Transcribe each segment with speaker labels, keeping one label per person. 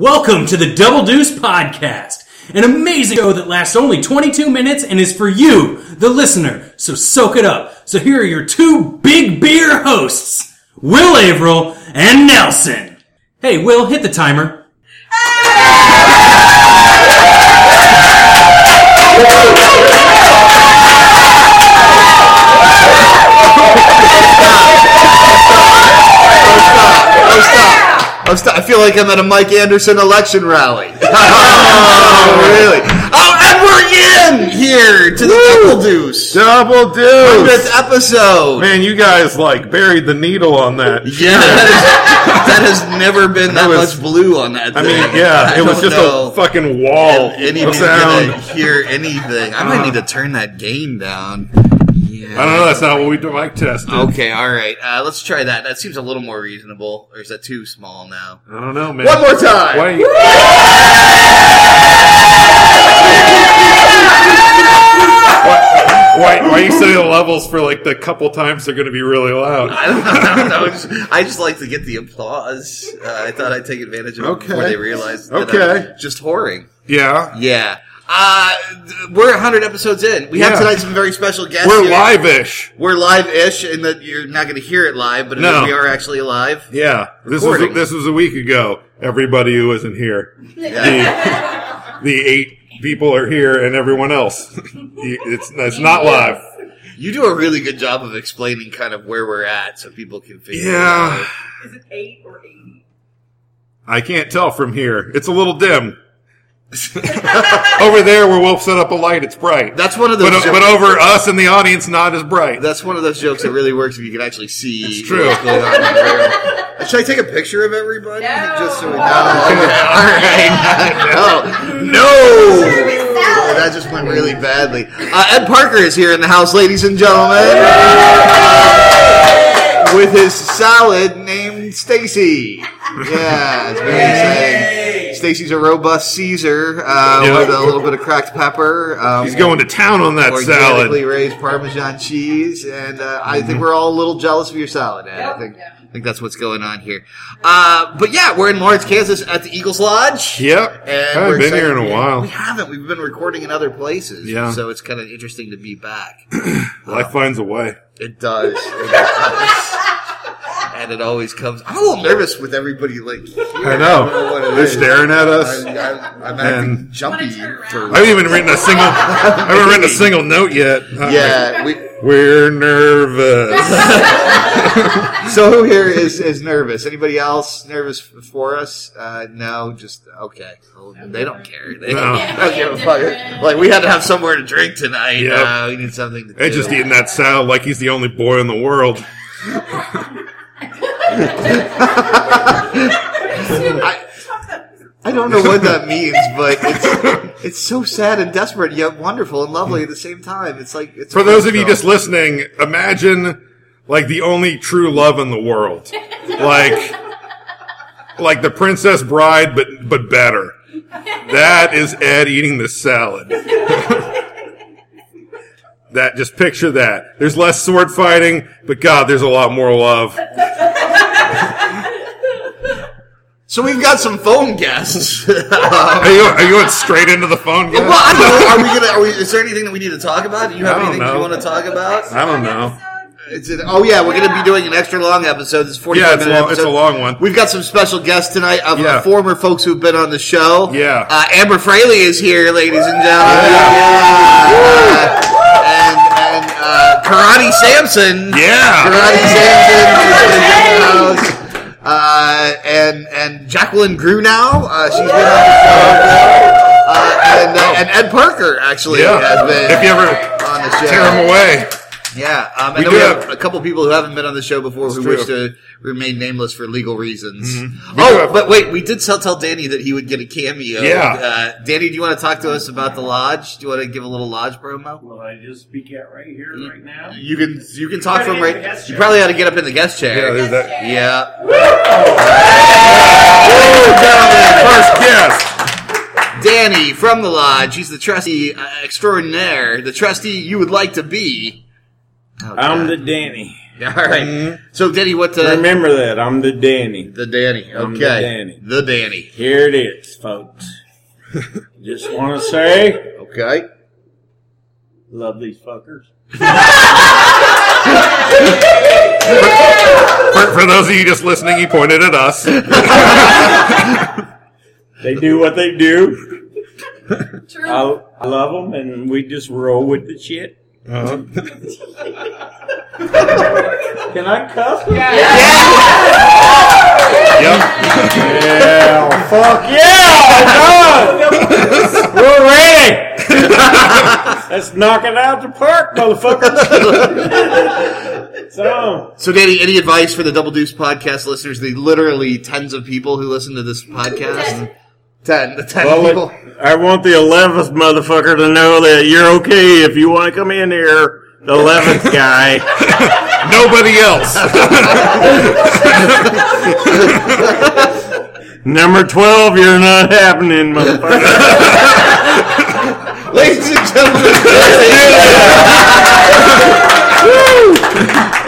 Speaker 1: Welcome to the Double Deuce Podcast, an amazing show that lasts only 22 minutes and is for you, the listener. So soak it up. So here are your two big beer hosts, Will Averill and Nelson. Hey, Will, hit the timer.
Speaker 2: I'm st- I feel like I'm at a Mike Anderson election rally. oh, really? Oh, and we're in here to the Double Deuce.
Speaker 3: Double
Speaker 2: Hundredth
Speaker 3: deuce!
Speaker 2: episode.
Speaker 3: Man, you guys like buried the needle on that.
Speaker 2: Yeah, that has, that has never been that,
Speaker 3: was-
Speaker 2: much blue on that.
Speaker 3: I
Speaker 2: thing.
Speaker 3: mean, yeah,
Speaker 2: I
Speaker 3: it was
Speaker 2: don't
Speaker 3: just
Speaker 2: know
Speaker 3: a fucking wall
Speaker 2: if anybody's
Speaker 3: of sound.
Speaker 2: gonna hear anything. I might need to turn that game down.
Speaker 3: I don't know. That's not what we like tested.
Speaker 2: Okay, all right. Uh, let's try that. That seems a little more reasonable, or is that too small now?
Speaker 3: I don't know, man.
Speaker 2: One more time.
Speaker 3: Wait. Why, why, why you say the levels for like the couple times they're going to be really loud?
Speaker 2: I don't know. I, was- I just like to get the applause. Uh, I thought I'd take advantage of it before
Speaker 3: Okay.
Speaker 2: they realized that
Speaker 3: Okay.
Speaker 2: I'm just whoring.
Speaker 3: Yeah,
Speaker 2: Yeah. Uh, th- we're 100 episodes in. We have
Speaker 3: Yeah.
Speaker 2: tonight some very special guests.
Speaker 3: we're
Speaker 2: here.
Speaker 3: live-ish.
Speaker 2: We're live-ish, in that you're not going to hear it live, but
Speaker 3: No.
Speaker 2: we are actually live.
Speaker 3: Yeah, this was
Speaker 2: Recording.
Speaker 3: this was a week ago. Everybody who isn't here, the, the eight people are here, and everyone else. It's it's not live.
Speaker 2: You do a really good job of explaining kind of where we're at, so people can figure.
Speaker 3: Yeah,
Speaker 4: Is it eight or eighty?
Speaker 3: I can't tell from here. It's a little dim. over there, where Wolf set up a light, it's bright.
Speaker 2: That's one of those.
Speaker 3: but, uh, but over us in the audience, not as bright.
Speaker 2: That's one of those jokes that really works if you can actually see.
Speaker 3: It's true.
Speaker 2: what's going on in the room. Should I take a picture of everybody
Speaker 4: No.
Speaker 2: just so we know? Okay, all right. No, no. Well, Oh, that just went really badly. Uh, Ed Parker is here in the house, ladies and gentlemen, with his salad named Stacy. Yeah, it's very exciting. Stacy's a robust Caesar uh,
Speaker 3: Yeah.
Speaker 2: with a little bit of cracked pepper. Um,
Speaker 3: He's going to town on that
Speaker 2: organically
Speaker 3: salad. Mm-hmm.
Speaker 2: raised Parmesan cheese, and uh, I think we're all a little jealous of your salad. Ed. I
Speaker 4: Yep.
Speaker 2: think
Speaker 4: Yeah.
Speaker 2: I think that's what's going on here. Uh, but yeah, we're in Lawrence, Kansas, at the Eagles Lodge. and
Speaker 3: Yep. I
Speaker 2: we're
Speaker 3: haven't been
Speaker 2: excited
Speaker 3: here in
Speaker 2: to
Speaker 3: a
Speaker 2: be-
Speaker 3: while.
Speaker 2: We haven't. We've been recording in other places.
Speaker 3: Yeah.
Speaker 2: So it's kind of interesting to be back.
Speaker 3: Life finds a way.
Speaker 2: It does. It does. and it always comes. I'm a little nervous with everybody. Like
Speaker 3: I
Speaker 2: know what it
Speaker 3: know. They're
Speaker 2: is.
Speaker 3: staring at us.
Speaker 2: I'm,
Speaker 3: I
Speaker 2: I'm, I'm acting
Speaker 3: And-
Speaker 2: jumpy.
Speaker 4: Wanna turn
Speaker 2: For,
Speaker 4: around?
Speaker 3: haven't even written a single. I haven't written a single note yet. Uh,
Speaker 2: yeah. We,
Speaker 3: We're nervous.
Speaker 2: So who here is is nervous? Anybody else nervous f- for us? Uh, no, just okay. Well, they don't care. They
Speaker 3: No.
Speaker 2: don't, they don't give a fuck. Like we had to have somewhere to drink tonight.
Speaker 3: Yep.
Speaker 2: Uh, we need something to.
Speaker 3: They're
Speaker 2: do.
Speaker 3: just eating that salad like he's the only boy in the world.
Speaker 2: I, I don't know what that means, but it's it's so sad and desperate yet wonderful and lovely at the same time. It's like it's
Speaker 3: For those of you just listening, imagine like the only true love in the world, like like the Princess Bride, but but better. That is Ed eating the salad. that just picture that. There's less sword fighting, but God, there's a lot more love.
Speaker 2: so we've got some phone guests.
Speaker 3: Are you, are you going straight into the phone?
Speaker 2: Well,
Speaker 3: Guy?
Speaker 2: I don't know. Are we gonna? Are we, is there anything that we need to talk about? Do you have
Speaker 3: I don't
Speaker 2: anything that you
Speaker 3: know.
Speaker 2: want to talk about?
Speaker 3: I don't know.
Speaker 2: It's an, oh yeah, we're going to be doing an extra long episode. It's forty.
Speaker 3: Yeah, it's
Speaker 2: minute
Speaker 3: long- it's
Speaker 2: episode.
Speaker 3: a long one.
Speaker 2: We've got some special guests tonight of uh,
Speaker 3: Yeah.
Speaker 2: former folks who've been on the show.
Speaker 3: Yeah.
Speaker 2: uh, Amber Fraley is here, ladies and gentlemen. Yeah. and and uh, Karate Samson.
Speaker 3: Yeah.
Speaker 2: Karate Samson is in the house. Uh, and and Jacqueline Grunow, uh, she's been on the show. Uh, and, uh, and Ed Parker actually has
Speaker 3: Yeah.
Speaker 2: been
Speaker 3: If you ever
Speaker 2: on the show.
Speaker 3: tear him away.
Speaker 2: Yeah, um, and
Speaker 3: We
Speaker 2: then
Speaker 3: do
Speaker 2: we have
Speaker 3: have-
Speaker 2: a couple people who haven't been on the show before who
Speaker 3: true.
Speaker 2: wish to remain nameless for legal reasons.
Speaker 3: We do
Speaker 2: Oh,
Speaker 3: have-
Speaker 2: but wait, we did tell, tell Danny that he would get a cameo.
Speaker 3: Yeah.
Speaker 2: uh, Danny, do you want to talk to us about the lodge? Do you want to give a little lodge promo?
Speaker 5: Will I just speak out right here, right now?
Speaker 2: You can you can talk
Speaker 5: Right
Speaker 2: from
Speaker 5: in
Speaker 2: right.
Speaker 5: the guest
Speaker 2: You
Speaker 5: chair.
Speaker 2: probably ought to get up in the guest
Speaker 3: Yeah,
Speaker 2: chair.
Speaker 3: there's that.
Speaker 2: yeah.
Speaker 3: Oh, First guest.
Speaker 2: Danny from the lodge. He's the trustee uh, extraordinaire, the trustee you would like to be. Oh,
Speaker 5: I'm the
Speaker 2: God.
Speaker 5: Danny.
Speaker 2: All right. So, Denny, what the
Speaker 6: Remember that. I'm the Danny.
Speaker 2: the Danny?
Speaker 6: I'm the
Speaker 2: Okay,
Speaker 6: Danny.
Speaker 2: the Danny.
Speaker 6: Here it is, folks. Just want to say,
Speaker 2: Okay.
Speaker 6: love these fuckers.
Speaker 3: For, for those of you just listening, he pointed at us.
Speaker 6: They do what they do.
Speaker 7: True.
Speaker 6: I, I love them, and we just roll with the shit.
Speaker 3: Uh-huh.
Speaker 6: Can I cuss? Yeah.
Speaker 3: Yep.
Speaker 6: Oh, Fuck yeah! it does. We're ready. Let's knock it out the park, motherfuckers. so,
Speaker 2: So, Danny, any advice for the Double Deuce podcast listeners? The literally tens of people who listen to this podcast. Ten, the ten
Speaker 6: well,
Speaker 2: people.
Speaker 6: I want the eleventh motherfucker to know that you're okay if you want to come in here. The eleventh guy.
Speaker 3: Nobody else.
Speaker 6: Number twelve, you're not happening, motherfucker.
Speaker 2: Ladies and gentlemen, Danny.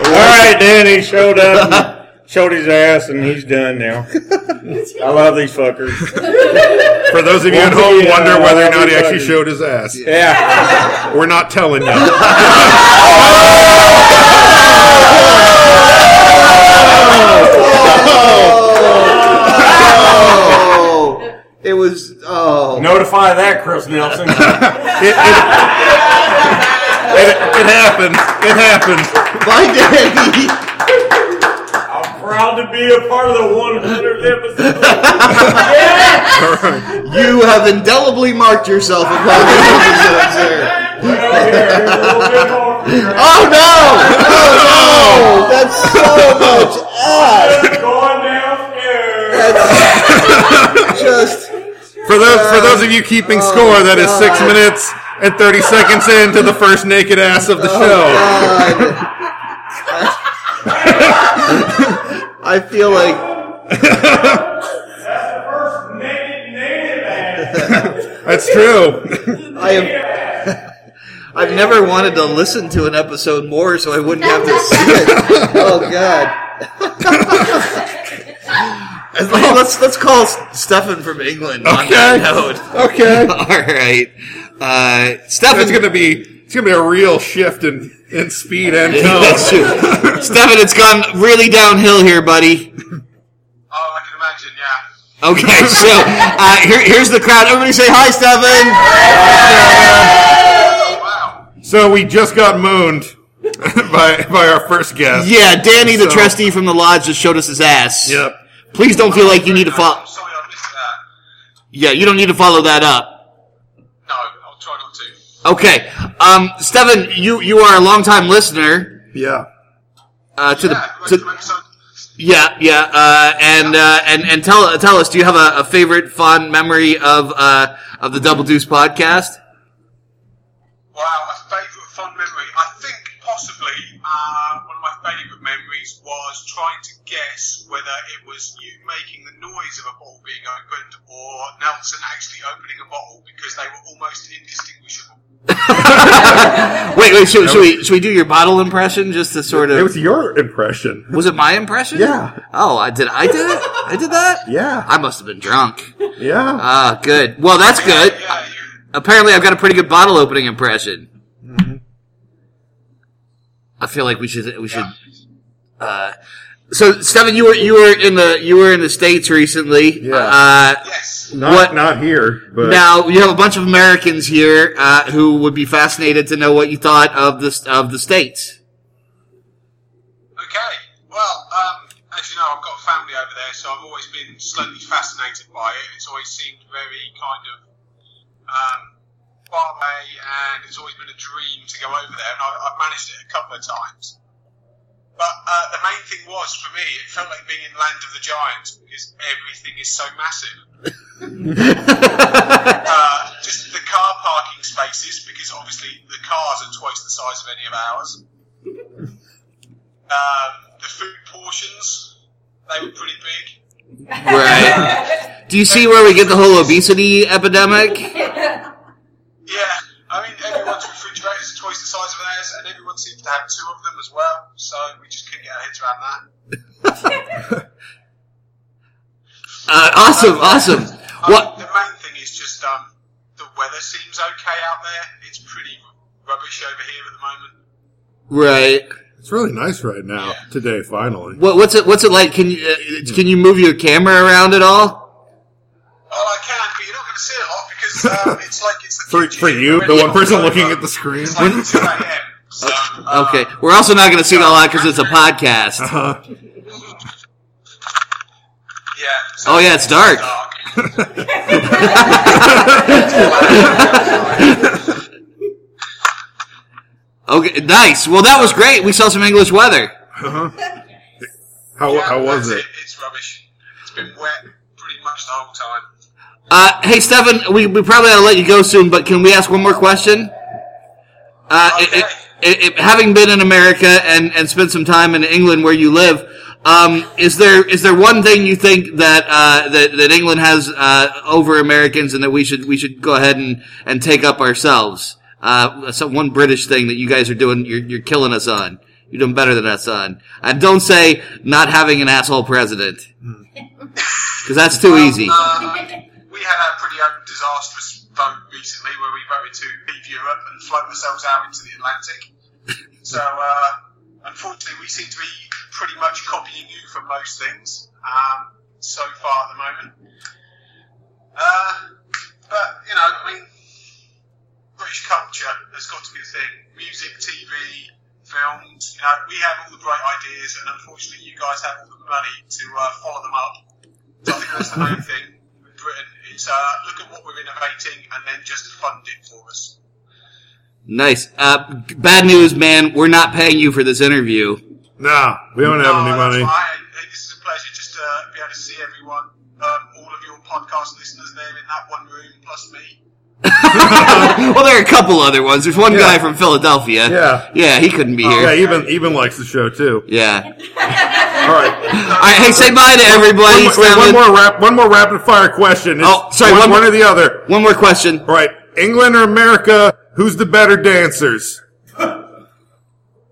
Speaker 6: All right, Danny showed up, and showed his ass, and he's done now. I love these fuckers.
Speaker 3: For those of you at
Speaker 6: Won't
Speaker 3: home,
Speaker 6: be, uh,
Speaker 3: wonder whether or not he
Speaker 6: everybody.
Speaker 3: actually showed his ass.
Speaker 6: Yeah,
Speaker 3: We're not telling you.
Speaker 2: oh, it was. Oh,
Speaker 6: notify that, Chris Nelson.
Speaker 3: It, it, it, it happened. It happened.
Speaker 2: my Danny.
Speaker 6: I'm proud to be a part of the 100th episode.
Speaker 2: You have indelibly marked yourself upon this episode, sir. Oh no! Oh no! That's so much ass. Just
Speaker 3: For those for those of you keeping score, that is six minutes and thirty seconds into the first naked ass of the show.
Speaker 2: God. I feel like
Speaker 3: That's true.
Speaker 2: I have. I've never wanted to listen to an episode more, so I wouldn't have to see it. Oh God! As long- let's let's call Stefan from England. On that
Speaker 3: Okay.
Speaker 2: note.
Speaker 3: Okay.
Speaker 2: All right, uh, Stefan.
Speaker 3: That's gonna be it's gonna be a real shift in, in speed and tone.
Speaker 2: That's true. Stefan, it's gone really downhill here, buddy.
Speaker 8: Oh, I can imagine, yeah.
Speaker 2: Okay, so uh, here, here's the crowd. Everybody say hi, Stefan.
Speaker 8: Wow.
Speaker 3: So we just got mooned by by our first guest.
Speaker 2: Yeah, Danny, the
Speaker 3: So-
Speaker 2: trustee from the lodge, just showed us his ass.
Speaker 3: Yep.
Speaker 2: Please don't feel like you need to follow.
Speaker 8: I'm sorry I missed that.
Speaker 2: Yeah, you don't need to follow that up.
Speaker 8: No, I'll try not to.
Speaker 2: Okay, um, Stefan, you you are a longtime listener
Speaker 3: Yeah.
Speaker 2: uh, to
Speaker 8: Yeah,
Speaker 2: the. To, yeah, yeah, uh, and uh, and and tell tell us, do you have a, a favorite fond memory of uh, of the Double Deuce podcast?
Speaker 8: wow, a favourite fond memory. I think possibly uh, one of my favourite memories was trying to guess whether it was you making the noise of a bottle being opened or Nelson actually opening a bottle because they were almost indistinguishable.
Speaker 2: Wait, wait, should, should we should we do your bottle impression just to sort of?
Speaker 3: It was your impression.
Speaker 2: Was it my impression?
Speaker 3: Yeah.
Speaker 2: Oh, I did. I did it. I did that.
Speaker 3: Yeah.
Speaker 2: I must have been drunk.
Speaker 3: Yeah.
Speaker 2: Ah, good. Well, that's good.
Speaker 8: Yeah, you,
Speaker 2: Apparently, I've got a pretty good bottle opening impression. I feel like we should. We should. Uh, so, Stefan, you were you were in the you were in the states recently.
Speaker 3: Yeah.
Speaker 2: Uh,
Speaker 8: yes.
Speaker 3: Not
Speaker 2: what-
Speaker 3: not here, but
Speaker 2: now you have a bunch of Americans here uh, who would be fascinated to know what you thought of this of the states.
Speaker 8: Okay. Well, um, as you know, I've got a family over there, so I've always been slightly fascinated by it. It's always seemed very kind of um, far away, and it's always been a dream to go over there, and I, I've managed it a couple of times. But uh, the main thing was, for me, it felt like being in Land of the Giants because everything is so massive. uh, just the car parking spaces, because obviously the cars are twice the size of any of ours um, the food portions they were pretty big.
Speaker 2: Right. Do you see where we get the whole obesity epidemic?
Speaker 8: Yeah, I mean everyone's refrigerator is twice twice the size of theirs, and everyone seems to have two of them as well. So we just couldn't get our heads around that.
Speaker 2: Uh, awesome, awesome.
Speaker 8: Um, I
Speaker 2: What?
Speaker 8: mean, the main thing is just um, the weather seems okay out there. It's pretty rubbish over here at the moment.
Speaker 2: Right.
Speaker 3: It's really nice right now, today, finally.
Speaker 2: What, what's it? What's it like? Can you uh, can you move your camera around at all?
Speaker 8: Well, Oh, I can, but you're not going to see a lot because um, it's like it's the
Speaker 3: For,
Speaker 8: future.
Speaker 3: for you, the one person looking at the screen.
Speaker 8: um, It's like 2 a.m. So, um,
Speaker 2: Okay, we're also not going to see it a lot because it's a podcast.
Speaker 3: Uh,
Speaker 8: Yeah.
Speaker 2: Oh, yeah, it's dark. Okay, nice. Well, that was great. We saw some English weather.
Speaker 3: how,
Speaker 8: Yeah,
Speaker 3: how was
Speaker 8: that's
Speaker 3: it?
Speaker 8: It's rubbish. It's been wet pretty much the whole time.
Speaker 2: Uh, hey, Stefan, we, we probably ought to let you go soon, but can we ask one more question? Uh, it- it- it- it- having been in America and, and spent some time in England where you live, um, is there is there one thing you think that uh, that, that England has uh, over Americans and that we should we should go ahead and, and take up ourselves? Uh, some one British thing that you guys are doing you're, you're killing us on. You're doing better than us on. And don't say not having an asshole president because that's too easy.
Speaker 8: uh, We had a pretty un- disastrous vote recently where we voted to leave Europe and float ourselves out into the Atlantic. So, uh, unfortunately, we seem to be pretty much copying you for most things um, so far at the moment. Uh, but, you know, I mean, British culture has got to be a thing. Music, TV, films, you know, we have all the great ideas, and unfortunately, you guys have all the money to uh, follow them up. So I think that's the main thing with Britain. It's uh, look at what we're innovating and then just fund it for us.
Speaker 2: Nice. Uh, bad news, man. We're not paying you for this interview.
Speaker 3: Nah, we don't have any
Speaker 8: No, that's
Speaker 3: money.
Speaker 8: fine. Hey, this is a pleasure just to uh, be able to see everyone, um, all of your podcast listeners there in that one room, plus me.
Speaker 2: well, there are a couple other ones. There's one
Speaker 3: Yeah.
Speaker 2: guy from Philadelphia.
Speaker 3: Yeah. Oh,
Speaker 2: Yeah, he couldn't be
Speaker 3: Yeah,
Speaker 2: here.
Speaker 3: even even likes the show too.
Speaker 2: Yeah.
Speaker 3: All right,
Speaker 2: All right. Hey, say bye to everybody.
Speaker 3: one, more- wait,
Speaker 2: Sound
Speaker 3: one
Speaker 2: good?
Speaker 3: more rap, one more rapid fire question. It's
Speaker 2: Oh, sorry,
Speaker 3: one,
Speaker 2: one-
Speaker 3: one or the other.
Speaker 2: One more question.
Speaker 3: All right, England or America? Who's the better dancers?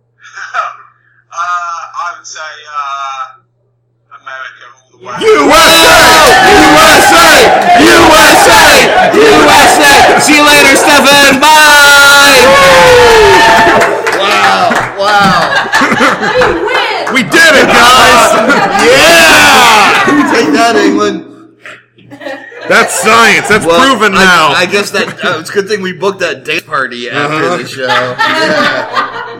Speaker 8: uh, I would say uh, America all the way.
Speaker 2: USA! USA! USA! See you later, Stefan. Bye. Wow! Wow!
Speaker 3: We did it, guys!
Speaker 2: Yeah! Take that, England.
Speaker 3: That's science. That's
Speaker 2: Well,
Speaker 3: proven
Speaker 2: I,
Speaker 3: now.
Speaker 2: I guess that uh, it's a good thing we booked that date party after
Speaker 3: Uh-huh.
Speaker 2: the show. Yeah.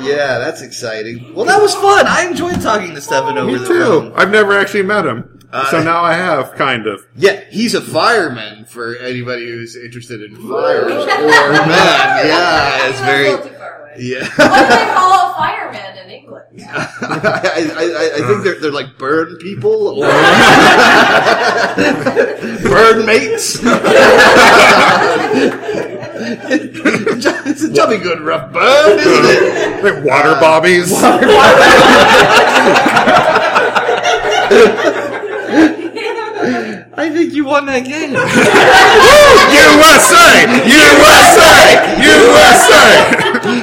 Speaker 2: yeah, that's exciting. Well, that was fun. I enjoyed talking to Stefan over
Speaker 3: Me
Speaker 2: the
Speaker 3: too.
Speaker 2: phone.
Speaker 3: I've never actually met him,
Speaker 2: Uh,
Speaker 3: so now I have kind of.
Speaker 2: Yeah, he's a fireman for anybody who's interested in fire or men. Yeah, it's very. Yeah,
Speaker 9: What do they call a fireman in England?
Speaker 2: I, I, I- I think they're, they're like burn people or burn mates. it's a jolly good rough burn, isn't it?
Speaker 3: Like water bobbies.
Speaker 2: I think you won that game.
Speaker 3: USA!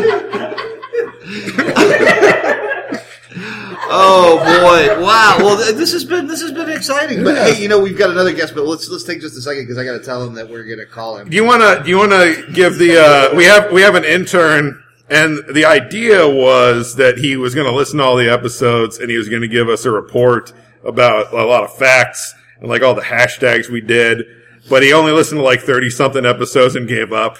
Speaker 3: USA! USA!
Speaker 2: oh boy! Wow. Well, th- this has been this has been exciting. But hey, you know we've got another guest, but let's let's take just a second because I got to tell him that we're gonna call him.
Speaker 3: Do you want to? Do you want to give the? Uh, we have we have an intern, and the idea was that he was going to listen to all the episodes, and he was going to give us a report about a lot of facts and like all the hashtags we did. But he only listened to like thirty something episodes and gave up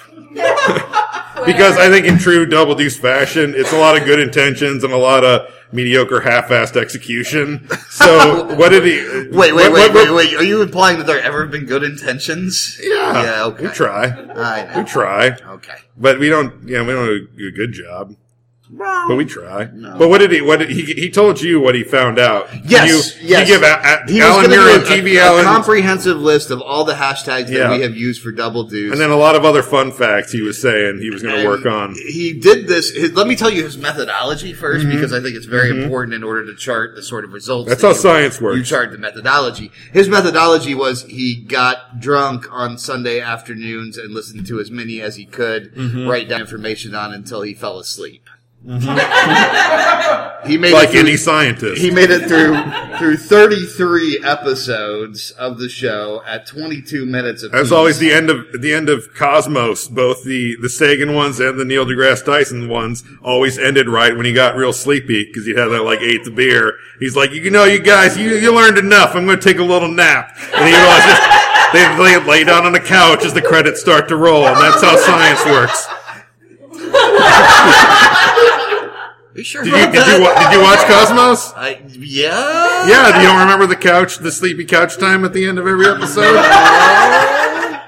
Speaker 3: because I think in true Double Deuce fashion, it's a lot of good intentions and a lot of mediocre half-assed execution. So what did he?
Speaker 2: Wait, wait, wait,
Speaker 3: what- what-
Speaker 2: wait, wait. Are you implying that there ever have been good intentions?
Speaker 3: Yeah,
Speaker 2: Yeah. Okay.
Speaker 3: we try,
Speaker 2: I
Speaker 3: we
Speaker 2: know.
Speaker 3: try.
Speaker 2: Okay.
Speaker 3: But we don't, you know, we don't do a good job. But we try. But what did he? What did, he? He told you what he found out. Can
Speaker 2: Yes,
Speaker 3: you,
Speaker 2: yes.
Speaker 3: You give a, a,
Speaker 2: He was
Speaker 3: Alan
Speaker 2: gonna
Speaker 3: Muir
Speaker 2: do
Speaker 3: and TV
Speaker 2: a, a,
Speaker 3: Alan,
Speaker 2: a comprehensive list of all the hashtags that
Speaker 3: Yeah.
Speaker 2: we have used for Double Deuce.
Speaker 3: and then a lot of other fun facts. He was saying he was going to work on. Mm-hmm.
Speaker 2: He did this. His, let me tell you his methodology 1st because I think it's very important in order to chart the sort of results.
Speaker 3: That's
Speaker 2: that
Speaker 3: how
Speaker 2: you-
Speaker 3: science works.
Speaker 2: You chart the methodology. His methodology was he got drunk on Sunday afternoons and listened to as many as he could,
Speaker 3: Mm-hmm.
Speaker 2: write down information on until he fell asleep. he made
Speaker 3: Mm-hmm. Like
Speaker 2: it through-
Speaker 3: any scientist,
Speaker 2: he made it through through 33 episodes of the show at 22 minutes of
Speaker 3: As always, the end of the end of Cosmos, both the the Sagan ones and the Neil deGrasse Tyson ones, always ended right when he got real sleepy because he had that like eighth beer. He's like, you know, you guys, you you learned enough. I'm going to take a little nap, and he realizes they lay, lay down on the couch as the credits start to roll, and that's how science works.
Speaker 2: You sure
Speaker 3: Did you did you, wa- did you watch Cosmos?
Speaker 2: I, yeah.
Speaker 3: Yeah, do you don't remember the couch, the sleepy couch time at the end of every episode?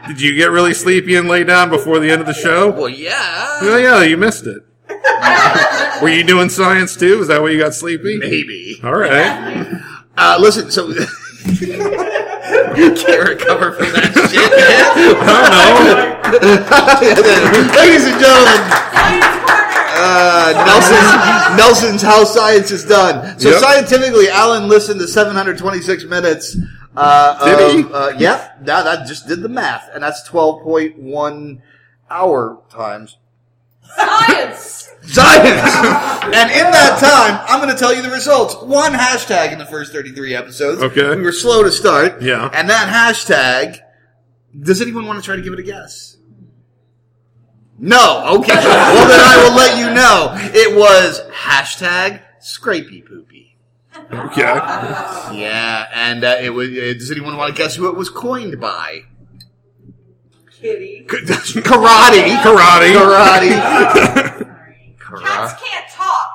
Speaker 3: Did you get really sleepy and lay down before the end of the show?
Speaker 2: Well, yeah.
Speaker 3: Oh yeah, you missed it. Were you doing science too? Is that why you got sleepy?
Speaker 2: Maybe.
Speaker 3: All right.
Speaker 2: Uh, listen, so. you can't recover from that shit, man.
Speaker 3: I
Speaker 2: Ladies and gentlemen,
Speaker 9: Science corner.
Speaker 2: uh, Nelson's, Nelson's How Science is Done. So,
Speaker 3: Yep.
Speaker 2: scientifically, Alan listened to 726 minutes. Uh,
Speaker 3: Did he?
Speaker 2: of, Uh, yep. Now, that just did the math, and that's 12.1 hour times
Speaker 9: Science.
Speaker 2: Science! and in that time, I'm going to tell you the results. One hashtag in the first 33 episodes.
Speaker 3: Okay.
Speaker 2: We were slow to start.
Speaker 3: Yeah.
Speaker 2: And that hashtag, does anyone want to try to give it a guess? No. Okay. well, then I will let you know. It was hashtag scrapey poopy.
Speaker 3: don't know. Okay.
Speaker 2: Yeah. And uh, it was, uh, does anyone want to guess who it was coined by?
Speaker 4: Kitty.
Speaker 2: Karate.
Speaker 3: Karate.
Speaker 2: Karate. Karate.
Speaker 9: Cats can't talk.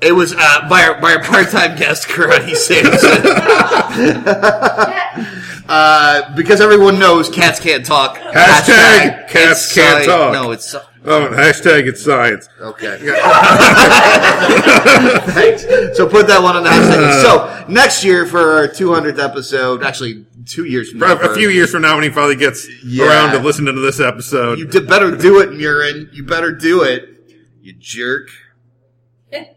Speaker 2: It was uh, by our, by our part-time guest, Karate Samson. uh, because everyone knows cats can't talk.
Speaker 3: Hashtag cats
Speaker 2: it's
Speaker 3: can't
Speaker 2: sci-
Speaker 3: talk.
Speaker 2: No, it's sci-
Speaker 3: Oh, and hashtag it's science.
Speaker 2: okay. Thanks. So put that one on the
Speaker 3: Uh.
Speaker 2: hashtag. So next year for our 200th episode, actually two years from now,
Speaker 3: A few years from now, when he finally gets
Speaker 2: Yeah.
Speaker 3: around to listening to this episode,
Speaker 2: you did better do it, Murin. You better do it. You jerk. It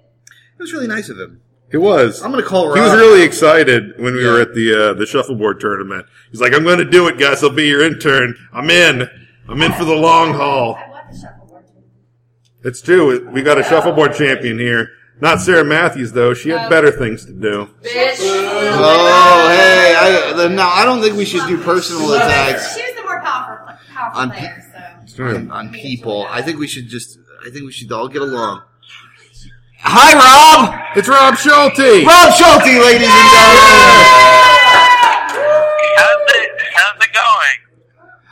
Speaker 2: was really nice of him.
Speaker 3: it was.
Speaker 2: I'm gonna call.
Speaker 3: He was
Speaker 2: Rob.
Speaker 3: really excited when we
Speaker 2: Yeah.
Speaker 3: were at the uh, the shuffleboard tournament. He's like, "I'm going to do it, guys. I'll be your intern. I'm in. I'm in for the long
Speaker 2: Oh.
Speaker 3: haul."
Speaker 9: I want the shuffleboard.
Speaker 3: It's true. We got a shuffleboard champion here. Not Sarah Matthews though. She had better things to do.
Speaker 9: Bitch.
Speaker 2: Oh, hey! I, the- no, I don't think we should do personal attacks
Speaker 9: She was the more powerful, powerful
Speaker 2: On-
Speaker 9: player, so.
Speaker 2: on, on people. I think we should just. I think we should all get along. Hi, Rob.
Speaker 3: It's Rob Schulte.
Speaker 2: Rob Schulte, ladies and gentlemen.
Speaker 6: How's it? How's it going?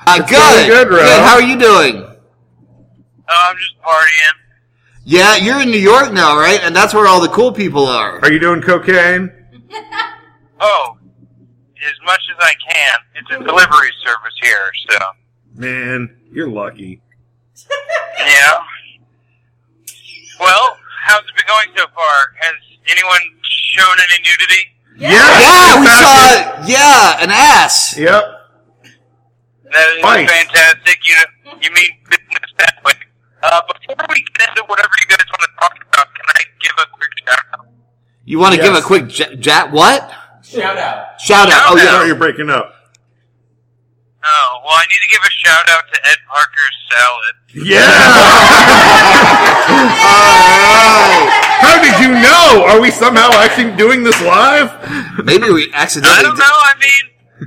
Speaker 2: Uh, good.
Speaker 3: going good, Rob.
Speaker 2: How are you doing?
Speaker 6: Oh, I'm just partying.
Speaker 2: Yeah, you're in New York now, right? And that's where all the cool people are.
Speaker 3: Are you doing cocaine?
Speaker 6: Oh, as much as I can. It's a delivery service here, so
Speaker 3: Man, you're lucky.
Speaker 6: yeah. Well, how's it been going so far? Has anyone shown any nudity?
Speaker 3: Yeah,
Speaker 2: Yeah, we
Speaker 3: exactly.
Speaker 2: saw. Yeah, an ass.
Speaker 3: Yep.
Speaker 6: That is
Speaker 3: Right.
Speaker 6: fantastic. You know, you mean business that way. Uh, before we get into whatever you guys want to talk about, can I give a quick shout out?
Speaker 2: You want to give a
Speaker 3: Yes.
Speaker 2: quick j- jat? What?
Speaker 5: Shout out.
Speaker 2: Shout out. Oh
Speaker 3: Sorry,
Speaker 2: yeah.
Speaker 3: you're breaking up.
Speaker 6: Oh, well, I need to give a shout out to Ed Parker's salad.
Speaker 3: Yeah.
Speaker 2: All
Speaker 3: How did you know? Are we somehow actually doing this live?
Speaker 2: right. Maybe we accidentally.
Speaker 6: I don't know. I mean,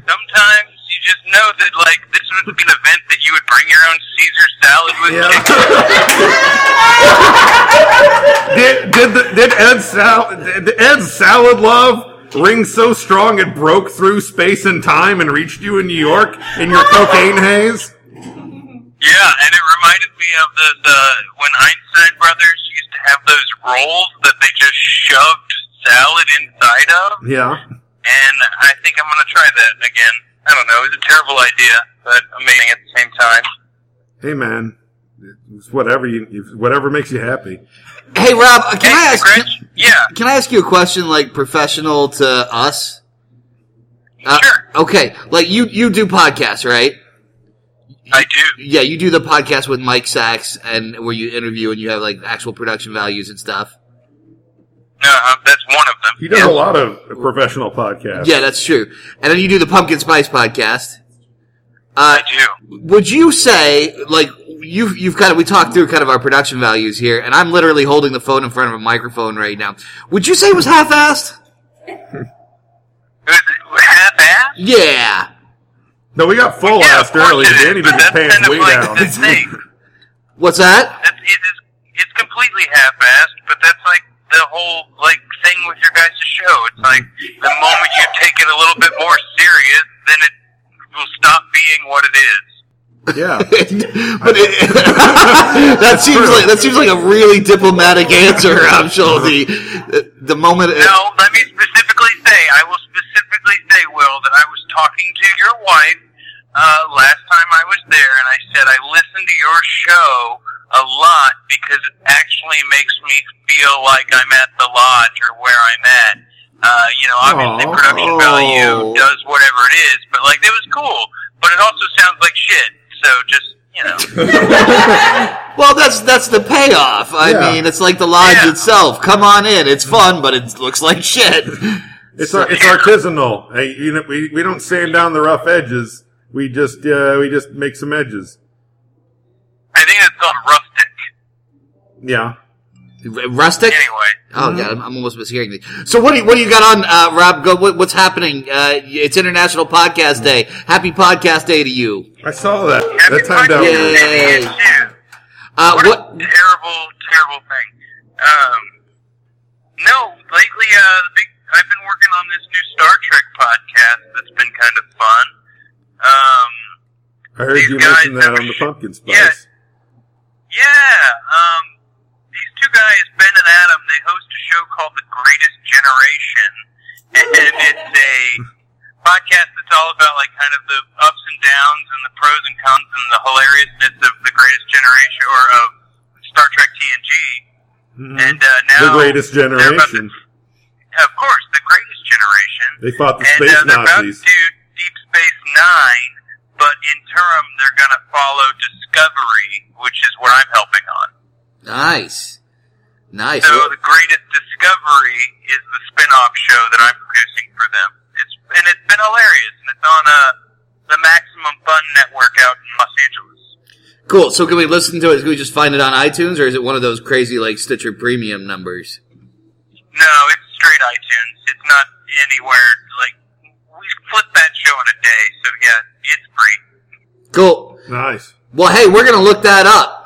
Speaker 6: sometimes you just know that like this was an event that you would bring your own Caesar salad with you.
Speaker 3: Yeah. Did did the, did Ed Sal did Ed's salad love ring so strong it broke through space and time and reached you in New York in your cocaine haze?
Speaker 6: Yeah, and it reminded me of the, the when Einstein brothers used to have those rolls that they just shoved salad inside of,
Speaker 3: Yeah.
Speaker 6: and I think I'm gonna try that again. I don't know. It was a terrible idea, but amazing at the same time.
Speaker 3: hey man, it's whatever you, if- whatever makes you happy.
Speaker 2: Hey, Rob, uh, can I ask?
Speaker 6: Grinch? Yeah.
Speaker 2: Can I ask you a question, like professional to us? Uh,
Speaker 6: Sure.
Speaker 2: Okay, like you you do podcasts, right?
Speaker 6: I do.
Speaker 2: Yeah, you do the podcast with Mike Sachs, and where you interview and you have like actual production values and stuff.
Speaker 6: No, um, that's one of them.
Speaker 3: He does a lot of professional podcasts.
Speaker 2: Yeah, that's true. And then you do the Pumpkin Spice podcast. Uh,
Speaker 6: I do.
Speaker 2: would you say like you you've kind of we talked through kind of our production values here, and I'm literally holding the phone in front of a microphone right now. Would you say it was half-assed?
Speaker 6: Half ass?
Speaker 2: Yeah.
Speaker 3: No, we got full
Speaker 6: yeah, of
Speaker 3: assed
Speaker 6: course
Speaker 3: earlier.
Speaker 6: it is,
Speaker 3: Danny
Speaker 6: but
Speaker 3: just
Speaker 6: that's
Speaker 3: pants
Speaker 6: kind of
Speaker 3: way
Speaker 6: like
Speaker 3: down.
Speaker 6: The thing.
Speaker 2: What's that?
Speaker 6: That's, it is, it's completely half-assed, but that's like the whole like thing with your guys' show. It's like the moment you take it a little bit more serious, then it will stop being what it is.
Speaker 3: yeah.
Speaker 2: but it, that seems like that seems like a really diplomatic answer, um, Schulte. The, the moment.
Speaker 6: No, let me specifically say, I will specifically say, Will, that I was talking to your wife uh, last time I was there, and I said I listen to your show a lot because it actually makes me feel like I'm at the lodge or where I'm at. Uh, you know, obviously
Speaker 3: Aw. Oh.
Speaker 6: production value does whatever it is, but like it was cool. But it also sounds like shit. So just you know,
Speaker 2: Well, that's that's the payoff. I
Speaker 3: Yeah.
Speaker 2: mean, it's like the lodge
Speaker 6: Yeah.
Speaker 2: itself. Come on in. It's fun, but it looks like shit.
Speaker 3: It's ar- it's artisanal. Hey, you know, we, we don't sand down the rough edges. We just uh, we just make some edges.
Speaker 6: I think it's called rustic.
Speaker 3: Yeah.
Speaker 2: Rustic.
Speaker 6: Anyway,
Speaker 2: Oh god, I'm, I'm almost mishearing this. So what do you, what do you got on, uh, Rob? Go, what, what's happening? Uh, it's International Podcast Day. Happy Podcast Day to you.
Speaker 3: I saw that.
Speaker 6: Happy
Speaker 3: that time down.
Speaker 6: Podcast
Speaker 2: Yeah.
Speaker 6: Day to you, too.
Speaker 2: Uh,
Speaker 6: What,
Speaker 2: what?
Speaker 6: a terrible, terrible thing. Um, no, lately, uh, the big, I've been working on this new Star Trek podcast that's been kind of fun. Um,
Speaker 3: I heard you
Speaker 6: These
Speaker 3: mention
Speaker 6: guys
Speaker 3: that
Speaker 6: are
Speaker 3: on the
Speaker 6: sh-
Speaker 3: pumpkin spice.
Speaker 6: Yeah. yeah, um, these two guys, Ben and Adam, they host a show called The Greatest Generation, and it's a podcast that's all about like kind of the ups and downs and the pros and cons and the hilariousness of The Greatest Generation or of Star Trek TNG. And uh, now
Speaker 3: Mm-hmm. The greatest
Speaker 6: they're about to-
Speaker 3: generation.
Speaker 6: of course, the greatest generation.
Speaker 3: They fought the
Speaker 6: and
Speaker 3: space
Speaker 6: uh, they're
Speaker 3: Nazis.
Speaker 6: about to do Deep Space Nine, but in interim, they're going to follow Discovery, which is what I'm helping on.
Speaker 2: Nice, nice.
Speaker 6: So the greatest Discovery is the spin-off show that I'm producing for them. It's and it's been hilarious, and it's on uh, the Maximum Fun Network out in Los Angeles.
Speaker 2: Cool. So can we listen to it? Can we just find it on iTunes, or is it one of those crazy like Stitcher Premium numbers?
Speaker 6: No, it's straight iTunes. It's not anywhere like we flip that show in a day. So yeah, it's free.
Speaker 2: Cool.
Speaker 3: Nice.
Speaker 2: Well, hey, we're gonna look that up.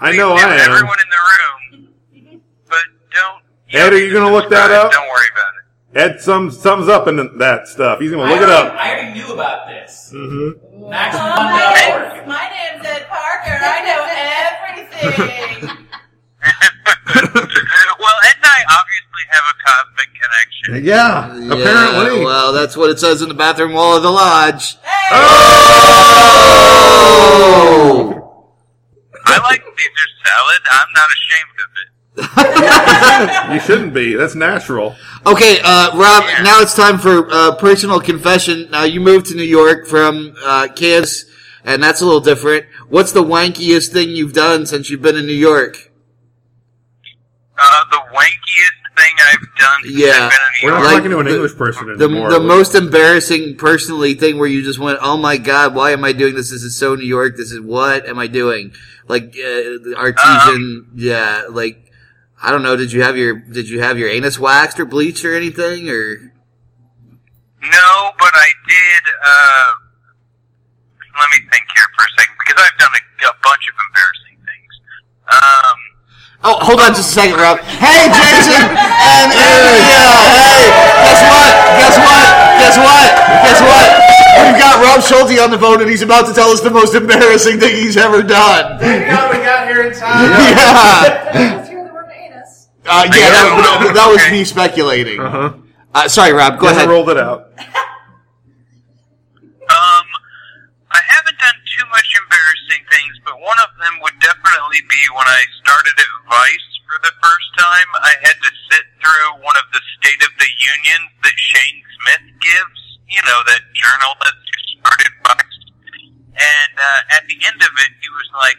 Speaker 3: I know
Speaker 6: Please
Speaker 3: I
Speaker 6: tell
Speaker 3: am.
Speaker 6: Everyone in the room, but don't. you
Speaker 3: Ed,
Speaker 6: don't
Speaker 3: are
Speaker 6: need
Speaker 3: you gonna look that
Speaker 6: subscribe.
Speaker 3: up?
Speaker 6: Don't worry about it.
Speaker 3: Ed sums thumbs up in that stuff. He's gonna look it up.
Speaker 1: I already knew about this.
Speaker 3: Mm-hmm.
Speaker 1: Max
Speaker 4: Oh,
Speaker 1: von
Speaker 4: my,
Speaker 1: Network.
Speaker 4: name's, my name's Ed Parker. I know everything.
Speaker 6: well, Ed and I obviously have a cosmic connection.
Speaker 3: Yeah, apparently.
Speaker 2: Yeah, well, that's what it says in the bathroom wall of the lodge.
Speaker 3: Oh!
Speaker 6: I like Caesar salad. I'm not ashamed of it.
Speaker 3: you shouldn't be. That's natural.
Speaker 2: Okay, uh, Rob. Now it's time for uh, personal confession. Now you moved to New York from uh, Kansas, and that's a little different. What's the wankiest thing you've done since you've been in New York?
Speaker 6: Uh, the wankiest thing I've done since
Speaker 2: Yeah.
Speaker 6: I've been in New
Speaker 3: We're
Speaker 6: York.
Speaker 2: Like
Speaker 3: not talking to an
Speaker 2: the-
Speaker 3: English person
Speaker 2: The,
Speaker 3: anymore.
Speaker 2: the most embarrassing personally thing where you just went, oh my god, why am I doing this? This is so New York. This is what am I doing? Like uh, the artesian, yeah. Like I don't know. Did you have your Did you have your anus waxed or bleached or anything? Or
Speaker 6: No, but I did. Uh, let me think here for a second because I've done a, a bunch of embarrassing things. Um,
Speaker 2: oh, hold on just a second, Rob. Hey, Jason and Ariel. Hey, guess what? Guess what? Guess what? Guess what? We've got Rob Schulte on the phone, and he's about to tell us the most embarrassing thing he's ever done.
Speaker 5: Thank God we got here in time.
Speaker 9: Let's
Speaker 2: Yeah.
Speaker 9: hear the word anus.
Speaker 2: Uh, yeah, that,
Speaker 6: Yeah.
Speaker 2: that- that was
Speaker 6: Okay.
Speaker 2: me speculating.
Speaker 3: Uh-huh.
Speaker 2: Uh, sorry, Rob. Go
Speaker 3: Just
Speaker 2: ahead.
Speaker 3: rolled it out.
Speaker 6: Um, I haven't done too much embarrassing definitely be when I started at Vice for the first time. I had to sit through one of the State of the Unions that Shane Smith gives. You know that journalist who started Vice. And uh, at the end of it, he was like,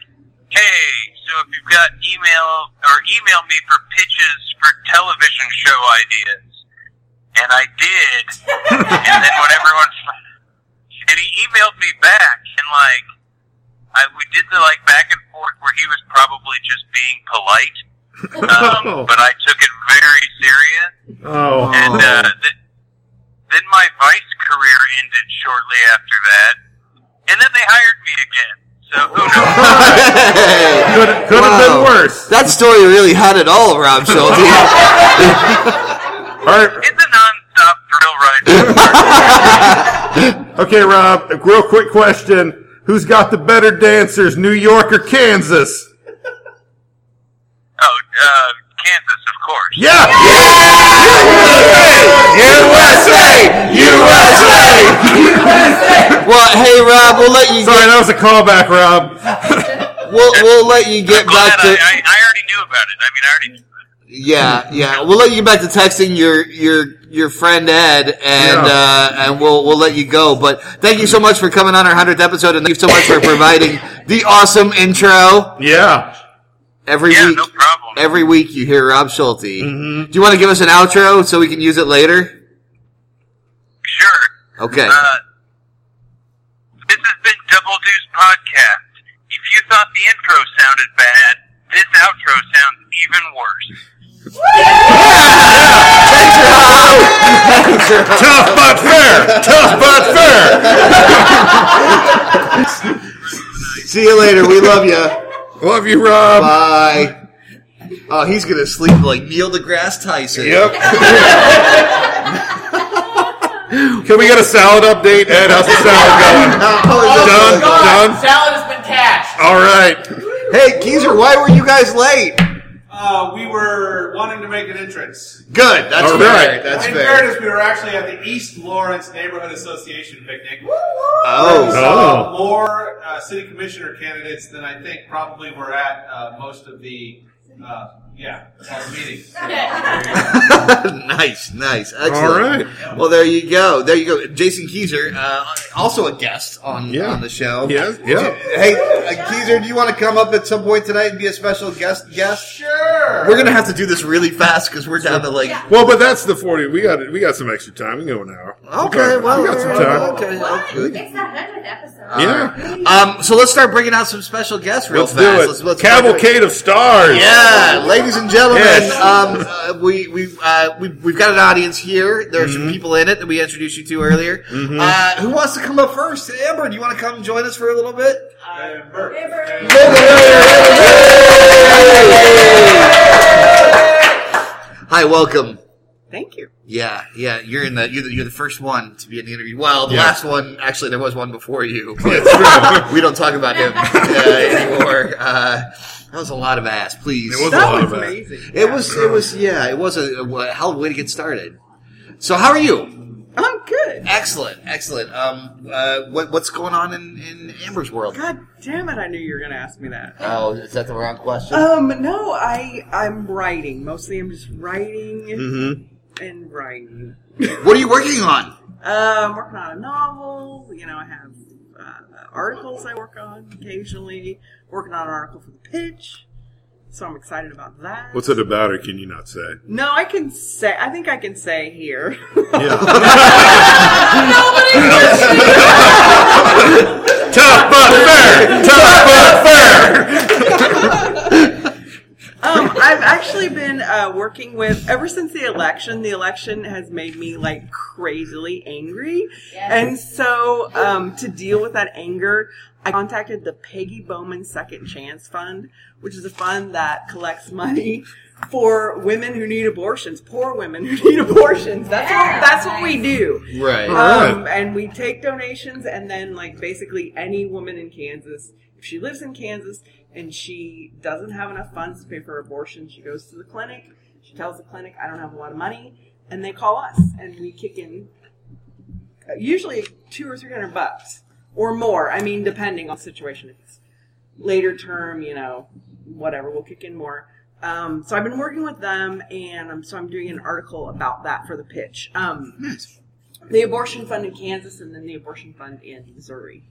Speaker 6: "Hey, so if you've got email or email me for pitches for television show ideas," and I did. and then when everyone's and he emailed me back and like I we did the like back and forth where he was probably just being polite,
Speaker 3: Oh.
Speaker 6: um, but I took it very serious.
Speaker 10: Oh,
Speaker 6: And uh, th- then my vice career ended shortly after that, and then they hired me again. So who knows?
Speaker 10: could could have been
Speaker 2: Wow.
Speaker 10: worse.
Speaker 2: That story really had it all, Rob Schulte.
Speaker 10: All
Speaker 6: It's a non-stop thrill ride.
Speaker 10: right, okay, Rob.
Speaker 3: A real quick question: Who's got the better dancers, New York or Kansas?
Speaker 6: Oh, uh, Kansas, of course.
Speaker 3: Yeah. USA! USA!
Speaker 2: well, hey Rob, we'll let you
Speaker 3: Sorry,
Speaker 2: get,
Speaker 3: that was a callback, Rob.
Speaker 2: we'll we'll let you get
Speaker 6: Glad
Speaker 2: back to
Speaker 6: I, I, I already knew about it. I mean, I already.
Speaker 2: yeah yeah. We'll let you get back to texting your your your friend Ed, and
Speaker 3: Yeah.
Speaker 2: uh, and we'll we'll let you go. But thank you so much for coming on our hundredth episode, and thank you so much for providing the awesome intro
Speaker 3: Yeah.
Speaker 2: every
Speaker 6: Yeah,
Speaker 2: week.
Speaker 6: no problem.
Speaker 2: Every week you hear Rob Schulte. Do you want to give us an outro so we can use it later?
Speaker 6: Sure.
Speaker 2: Okay.
Speaker 6: Uh, this has been Double Deuce Podcast. If you thought the intro sounded bad, this outro sounds even worse.
Speaker 3: Tough but fair. Tough but fair.
Speaker 2: See you later. We love you.
Speaker 3: Love you, Rob.
Speaker 2: Bye. Oh, he's gonna sleep like Neil deGrasse Tyson.
Speaker 3: Yep. Can we get a salad update? Ed, how's the salad going?
Speaker 2: Uh, oh,
Speaker 3: Done.
Speaker 2: it's-
Speaker 3: Done.
Speaker 4: Salad has been cashed.
Speaker 3: All right.
Speaker 2: Hey, Geezer, why were you guys late?
Speaker 5: Uh, we were wanting to make an entrance.
Speaker 2: Good. That's
Speaker 3: All
Speaker 2: fair.
Speaker 3: right.
Speaker 2: That's
Speaker 5: In
Speaker 2: fair.
Speaker 5: fairness, we were actually at the East Lawrence Neighborhood Association picnic. We
Speaker 3: uh,
Speaker 2: Oh,
Speaker 5: saw more uh, city commissioner candidates than I think probably were at uh, most of the uh, yeah our meetings.
Speaker 2: nice, nice, excellent.
Speaker 3: All right.
Speaker 2: Well, there you go. There you go. Jason Geezer, uh, also a guest on
Speaker 3: Yeah.
Speaker 2: on the show.
Speaker 3: Yeah. Yeah.
Speaker 2: Hey, uh, Geezer, do you want to come up at some point tonight and be a special guest? Guest.
Speaker 5: Sure.
Speaker 2: We're gonna have to do this really fast because we're down to like.
Speaker 9: Yeah.
Speaker 3: Well, but that's the forty. We got we got some extra time. We can go an hour.
Speaker 2: Okay. Well. uh,
Speaker 3: we got some time.
Speaker 2: Okay.
Speaker 9: What?
Speaker 2: okay.
Speaker 9: It's the 100th episode.
Speaker 3: Yeah.
Speaker 2: Um, so let's start bringing out some special guests real
Speaker 3: Let's
Speaker 2: fast.
Speaker 3: do it.
Speaker 2: Let's, let's
Speaker 3: Cavalcade of stars.
Speaker 2: Yeah, ladies and gentlemen,
Speaker 3: Yes.
Speaker 2: um, uh, we we uh, we we've got an audience here. There are
Speaker 3: Mm-hmm.
Speaker 2: some people in it that we introduced you to earlier. Uh, who wants to come up first? Amber, do you want to come join us for a little bit?
Speaker 5: Uh, Bert.
Speaker 2: Hi, welcome.
Speaker 11: Thank you.
Speaker 2: Yeah, yeah, you're in the you're the, you're the first one to be in the interview. Well, the
Speaker 3: Yeah.
Speaker 2: last one actually, there was one before you. but-
Speaker 3: It's true.
Speaker 2: we don't talk about him uh, anymore. Uh, that was a lot of ass. Please,
Speaker 3: It was a
Speaker 11: That
Speaker 3: lot
Speaker 11: was
Speaker 3: of that.
Speaker 11: amazing.
Speaker 2: It was. It was. Yeah. It was a, a hell of a way to get started. So, how are you?
Speaker 11: I'm good.
Speaker 2: Excellent. Excellent. Um. Uh. What, what's going on in, in Amber's world?
Speaker 11: God damn it! I knew you were gonna ask me that.
Speaker 2: Oh, is that the wrong question?
Speaker 11: Um, no, I I'm writing. Mostly, I'm just writing
Speaker 3: Mhm.
Speaker 11: and writing.
Speaker 2: what are you working on?
Speaker 11: Uh, I'm working on a novel. You know, I have uh, articles I work on occasionally. Working on an article for the pitch, so I'm excited about that.
Speaker 3: What's it about, or can you not say?
Speaker 11: No, I can say. I think I can say here.
Speaker 3: Tough but fair. Tough but fair.
Speaker 11: Um, I've actually been uh, working with ever since the election. The election has made me like crazily angry,
Speaker 9: Yes.
Speaker 11: and so um, to deal with that anger, I contacted the Peggy Bowman Second Chance Fund, which is a fund that collects money for women who need abortions, poor women who need abortions. That's what, that's what we do.
Speaker 2: Right.
Speaker 11: Um, and we take donations, and then like basically any woman in Kansas, if she lives in Kansas and she doesn't have enough funds to pay for her abortion, she goes to the clinic. She tells the clinic, "I don't have a lot of money," and they call us, and we kick in uh, usually two or three hundred bucks or more. I mean, depending on the situation. If it's later term, you know, whatever, we'll kick in more. Um, so I've been working with them, and um, so I'm doing an article about that for the pitch. Um, The abortion fund in Kansas, and then the abortion fund in Missouri.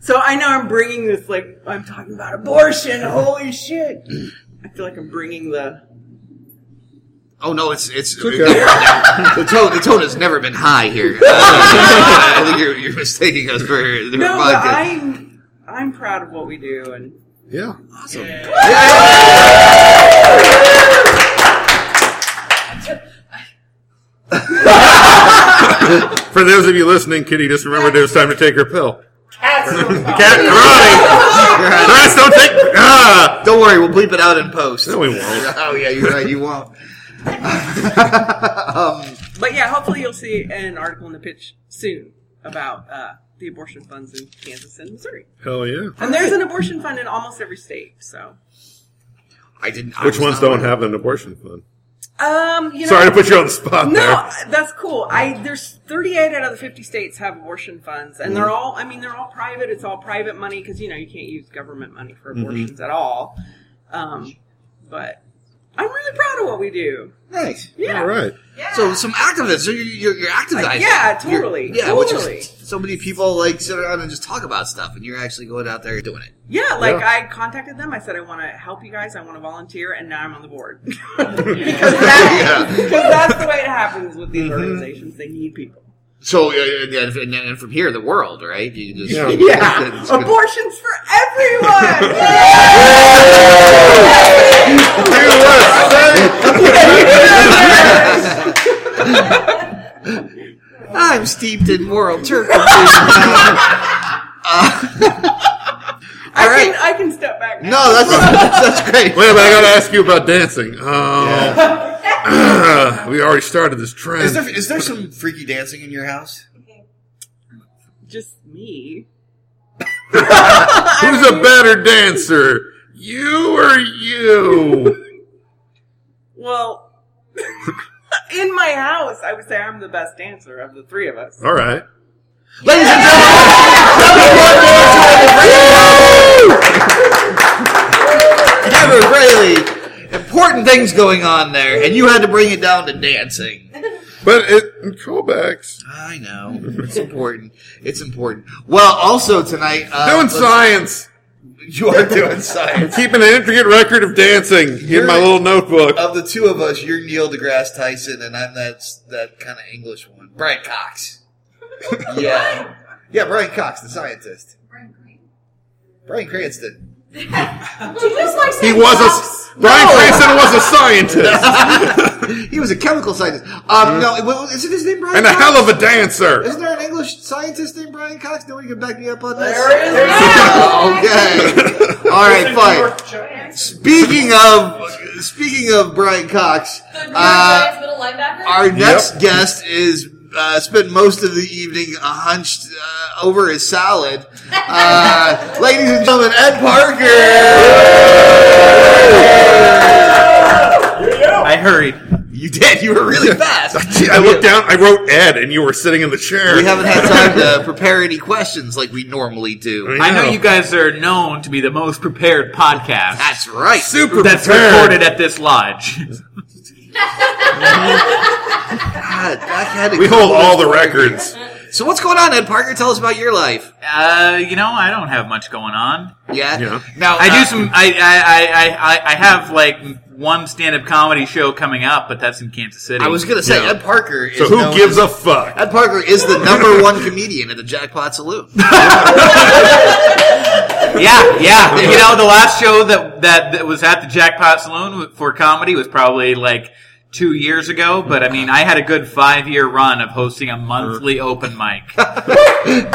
Speaker 11: So I know I'm bringing this like I'm talking about abortion. Holy shit! I feel like I'm bringing the
Speaker 2: Oh no, it's it's,
Speaker 11: okay.
Speaker 2: the tone. The tone has never been high here. Uh, I think you're, you're mistaking us for the
Speaker 11: no, but
Speaker 2: podcast.
Speaker 11: I'm I'm proud of what we do, and
Speaker 2: yeah, awesome.
Speaker 3: For those of you listening, Kitty, just remember it was time to take her pill.
Speaker 4: Cats.
Speaker 3: Cat karate. Rats don't take. Ah.
Speaker 2: Don't worry, we'll bleep it out in post.
Speaker 3: No, we won't.
Speaker 2: Oh yeah, you're right. You won't.
Speaker 11: But yeah, hopefully you'll see an article in the pitch soon about uh, the abortion funds in Kansas and Missouri.
Speaker 3: Hell yeah.
Speaker 11: And there's an abortion fund in almost every state. So,
Speaker 2: I didn't. I
Speaker 3: Which
Speaker 2: was
Speaker 3: ones
Speaker 2: not
Speaker 3: don't
Speaker 2: aware.
Speaker 3: have an abortion fund?
Speaker 11: um, you know,
Speaker 3: Sorry to put you on the spot
Speaker 11: No,
Speaker 3: there.
Speaker 11: that's cool. I there's 38 out of the 50 states have abortion funds, and
Speaker 3: Mm-hmm.
Speaker 11: they're all. I mean, they're all private. It's all private money because you know you can't use government money for
Speaker 3: Mhm.
Speaker 11: abortions at all. Um, but I'm really proud of what we do.
Speaker 2: Nice.
Speaker 11: Yeah.
Speaker 3: All right.
Speaker 2: So some activists. So you're, you're, you're activizing.
Speaker 11: Like, Uh, yeah, totally,
Speaker 2: You're- yeah,
Speaker 11: totally.
Speaker 2: which is so many people like sit around and just talk about stuff, and you're actually going out there and doing it.
Speaker 11: Yeah, like
Speaker 3: Yeah.
Speaker 11: I contacted them. I said I want to help you guys. I want to volunteer, and now I'm on the board because that, because that's the way it happens with these
Speaker 3: Mm-hmm.
Speaker 11: organizations. They need people.
Speaker 2: So uh, yeah, and, and, and from here, the world, right? You just
Speaker 3: Yeah.
Speaker 11: Yeah,
Speaker 2: It's good.
Speaker 11: abortions for everyone.
Speaker 2: I'm steeped in moral turpitude. Uh,
Speaker 11: I
Speaker 2: all right.
Speaker 11: can I can step back. Now.
Speaker 2: No, that's that's great.
Speaker 3: Wait, but I gotta ask you about dancing. Oh. we already started this trend.
Speaker 2: Is there is there some freaky dancing in your house?
Speaker 11: Just me.
Speaker 3: Who's a better dancer? You or you?
Speaker 11: Well, in my house, I would say I'm the best dancer of the three of us.
Speaker 3: All right.
Speaker 2: Ladies and gentlemen, Kevin Braley. Important things going on there, and you had to bring it down to dancing.
Speaker 3: But it callbacks.
Speaker 2: I know it's important. It's important. Well, also tonight, uh,
Speaker 3: Doing
Speaker 2: let's-
Speaker 3: science.
Speaker 2: You are doing science.
Speaker 3: Keeping an intricate record of dancing in my little notebook.
Speaker 2: Of the two of us, you're Neil deGrasse Tyson, and I'm that that kind of English one, Brian Cox. yeah, yeah, Brian Cox, the scientist. Brian Cranston.
Speaker 9: Did you just like say
Speaker 3: He was a
Speaker 9: Fox?
Speaker 3: Brian Cranston was a scientist
Speaker 2: he was a chemical scientist. Um, No, well, isn't his name Brian?
Speaker 3: and a
Speaker 2: Cox?
Speaker 3: hell of a dancer.
Speaker 2: Isn't there an English scientist named Brian Cox? Nobody can back me up on this.
Speaker 4: There is.
Speaker 2: okay. All right, fine. Speaking of speaking of Brian Cox,
Speaker 9: The New York
Speaker 2: uh,
Speaker 9: Giants middle linebacker?
Speaker 2: Our next guest is uh, spent most of the evening uh, hunched uh, over his salad. Uh, ladies and gentlemen, Ed Parker.
Speaker 10: I hurried.
Speaker 2: You did. You were really fast.
Speaker 3: I looked down. I wrote Ed, and you were sitting in the chair.
Speaker 2: We haven't had time to prepare any questions like we normally do.
Speaker 3: I
Speaker 12: I
Speaker 1: Oh.
Speaker 12: know
Speaker 3: know.
Speaker 12: you guys are known to be the most prepared podcast
Speaker 2: That's right.
Speaker 3: super
Speaker 12: that's
Speaker 3: prepared.
Speaker 12: recorded at this lodge.
Speaker 2: God, I had to
Speaker 3: We hold all the records.
Speaker 2: So what's going on, Ed Parker? Tell us about your life.
Speaker 12: Uh, you know, I don't have much going on.
Speaker 2: Yeah.
Speaker 3: Yeah.
Speaker 2: Now
Speaker 12: I
Speaker 2: uh,
Speaker 12: do some. I I, I, I, I have like one stand-up comedy show coming up, but that's in Kansas City.
Speaker 2: I was gonna say
Speaker 3: Yeah.
Speaker 2: Ed Parker. Is
Speaker 3: So who
Speaker 2: known
Speaker 3: gives
Speaker 2: as-
Speaker 3: a fuck?
Speaker 2: Ed Parker is the number one comedian at the Jackpot Saloon.
Speaker 12: yeah, yeah. You know, the last show that, that that was at the Jackpot Saloon for comedy was probably like two years ago. But I mean, I had a good five-year run of hosting a monthly open mic.
Speaker 2: And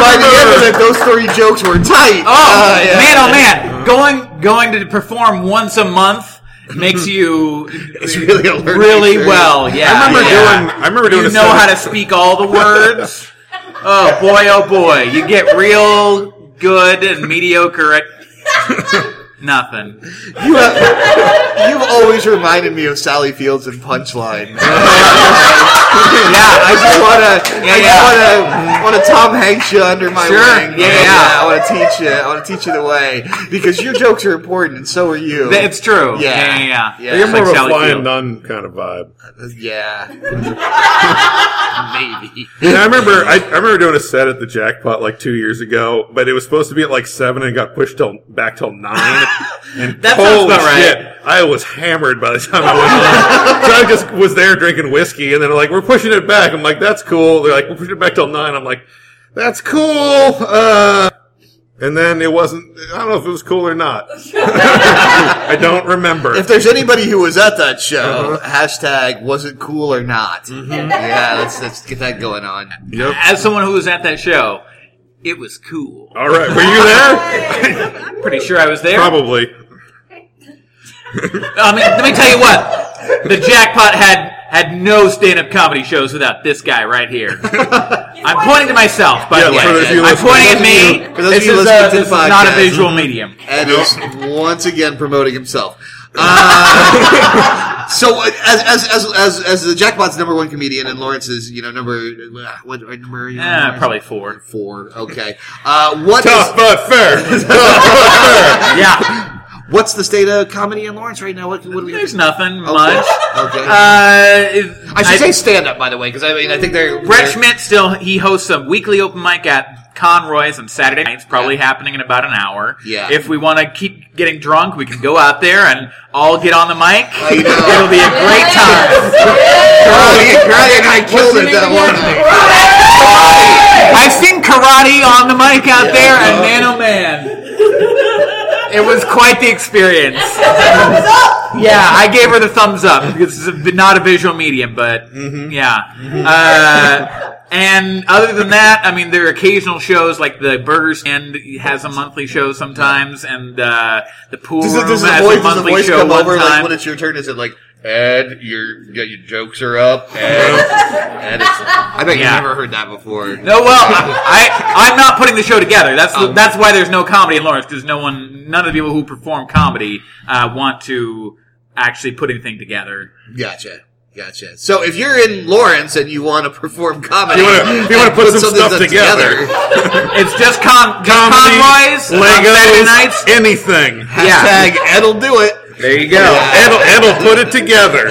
Speaker 2: by the end of it, those three jokes were tight.
Speaker 12: Oh
Speaker 2: Uh, yeah.
Speaker 12: man, oh man! Going going to perform once a month makes you
Speaker 2: It's really a learning
Speaker 12: really
Speaker 2: experience.
Speaker 12: well. oh, Yeah,
Speaker 3: I remember
Speaker 12: yeah.
Speaker 3: doing. I remember doing.
Speaker 12: You
Speaker 3: a
Speaker 12: know how
Speaker 3: stand-up-
Speaker 12: to speak all the words. oh boy, oh boy! You get real good and mediocre at nothing.
Speaker 2: You have, you've always reminded me of Sally Fields and Punchline. yeah,
Speaker 12: Yeah,
Speaker 2: I just want to to,
Speaker 13: Yeah,
Speaker 2: I
Speaker 13: yeah.
Speaker 2: want to, want to Tom Hanks you under my
Speaker 13: Sure.
Speaker 2: wing.
Speaker 13: Yeah,
Speaker 2: Oh,
Speaker 13: yeah.
Speaker 2: I want to teach you. I want to teach you the way because your jokes are important, and so are you.
Speaker 12: Th- it's true. Yeah, yeah, yeah.
Speaker 3: You're
Speaker 12: It's
Speaker 3: more
Speaker 12: like
Speaker 3: of a
Speaker 12: Sally
Speaker 3: flying
Speaker 12: Field.
Speaker 3: nun kind of vibe.
Speaker 2: Yeah. Maybe.
Speaker 3: Yeah, I remember. I, I remember doing a set at the jackpot like two years ago, but it was supposed to be at like seven and got pushed till back till nine. And
Speaker 2: That sounds
Speaker 3: holy
Speaker 2: about right.
Speaker 3: shit, I was hammered by the time I went on. so I just was there drinking whiskey, and then they're like, "We're pushing it back." I'm like, "That's cool." They're like, "We're pushing it back till nine. I'm like, "That's cool." Uh, and then it wasn't. I don't know if it was cool or not. I don't remember.
Speaker 2: If there's anybody who was at that show, hashtag wasn't cool or not. Yeah, let's let's get that going on.
Speaker 12: As someone who was at that show, it was cool.
Speaker 3: All right, were you there?
Speaker 12: Pretty sure I was there.
Speaker 3: Probably.
Speaker 12: I mean, let me tell you what. The jackpot had had no stand-up comedy shows without this guy right here. I'm pointing to myself, by
Speaker 2: Yeah,
Speaker 12: the way.
Speaker 2: for those of you
Speaker 12: I'm
Speaker 2: listening-
Speaker 12: pointing at
Speaker 2: for those of
Speaker 12: me.
Speaker 2: you- for those of
Speaker 12: This
Speaker 2: you
Speaker 12: is,
Speaker 2: listening
Speaker 12: uh,
Speaker 2: to the
Speaker 12: this is not a
Speaker 2: podcast.
Speaker 12: visual
Speaker 2: Mhm.
Speaker 12: medium.
Speaker 2: and is once again promoting himself. Uh, so uh, as, as as as as the Jackpot's number one comedian and Lawrence's you know number uh, what what number are you on,
Speaker 12: Eh,
Speaker 2: Lawrence?
Speaker 12: probably four.
Speaker 2: Four. Okay. Uh, what
Speaker 12: Tough
Speaker 3: but fair.
Speaker 12: yeah.
Speaker 2: What's the state of comedy in Lawrence right now? What, what do we
Speaker 12: There's nothing
Speaker 2: Okay.
Speaker 12: much.
Speaker 2: Okay.
Speaker 12: Uh,
Speaker 2: I should say stand up by the way because I mean I think they're
Speaker 12: Brett Schmidt still he hosts a weekly open mic at Conroy's on Saturday nights, probably happening in about an hour.
Speaker 2: Yeah.
Speaker 12: If we want to keep getting drunk, we can go out there and all get on the mic. It'll be a great time.
Speaker 2: Karate, karate and I killed it that one
Speaker 12: I've seen karate on the mic out there, and man, oh man, it was quite the experience. Yeah, I gave her the thumbs up because it's a, not a visual medium, but yeah. Uh, and other than that, I mean, there are occasional shows like the Burger Stand has a monthly show sometimes, and uh, the Pool
Speaker 2: Does,
Speaker 12: Room
Speaker 2: it, does the
Speaker 12: has
Speaker 2: voice,
Speaker 12: a
Speaker 2: does the
Speaker 12: monthly
Speaker 2: voice
Speaker 12: show
Speaker 2: come
Speaker 12: one
Speaker 2: over
Speaker 12: time.
Speaker 2: like when it's your turn? Is it like Ed, your yeah, your jokes are up? Ed, Ed is, I bet
Speaker 12: Yeah.
Speaker 2: you've never heard that before.
Speaker 12: No, well, I, I I'm not putting the show together. That's the, that's why there's no comedy in Lawrence because no one, none of the people who perform comedy uh, want to actually put anything together.
Speaker 2: Gotcha. Gotcha. So if you're in Lawrence and you want to perform comedy,
Speaker 12: You wanna- you wanna
Speaker 2: and
Speaker 12: put some
Speaker 2: something
Speaker 12: stuff together. it's just con just
Speaker 2: Comedy,
Speaker 12: Conroy's on Saturday nights.
Speaker 3: uh, anything.
Speaker 2: Hashtag Ed'll do it.
Speaker 12: There you
Speaker 3: go. Ed'll, Ed'll put it together.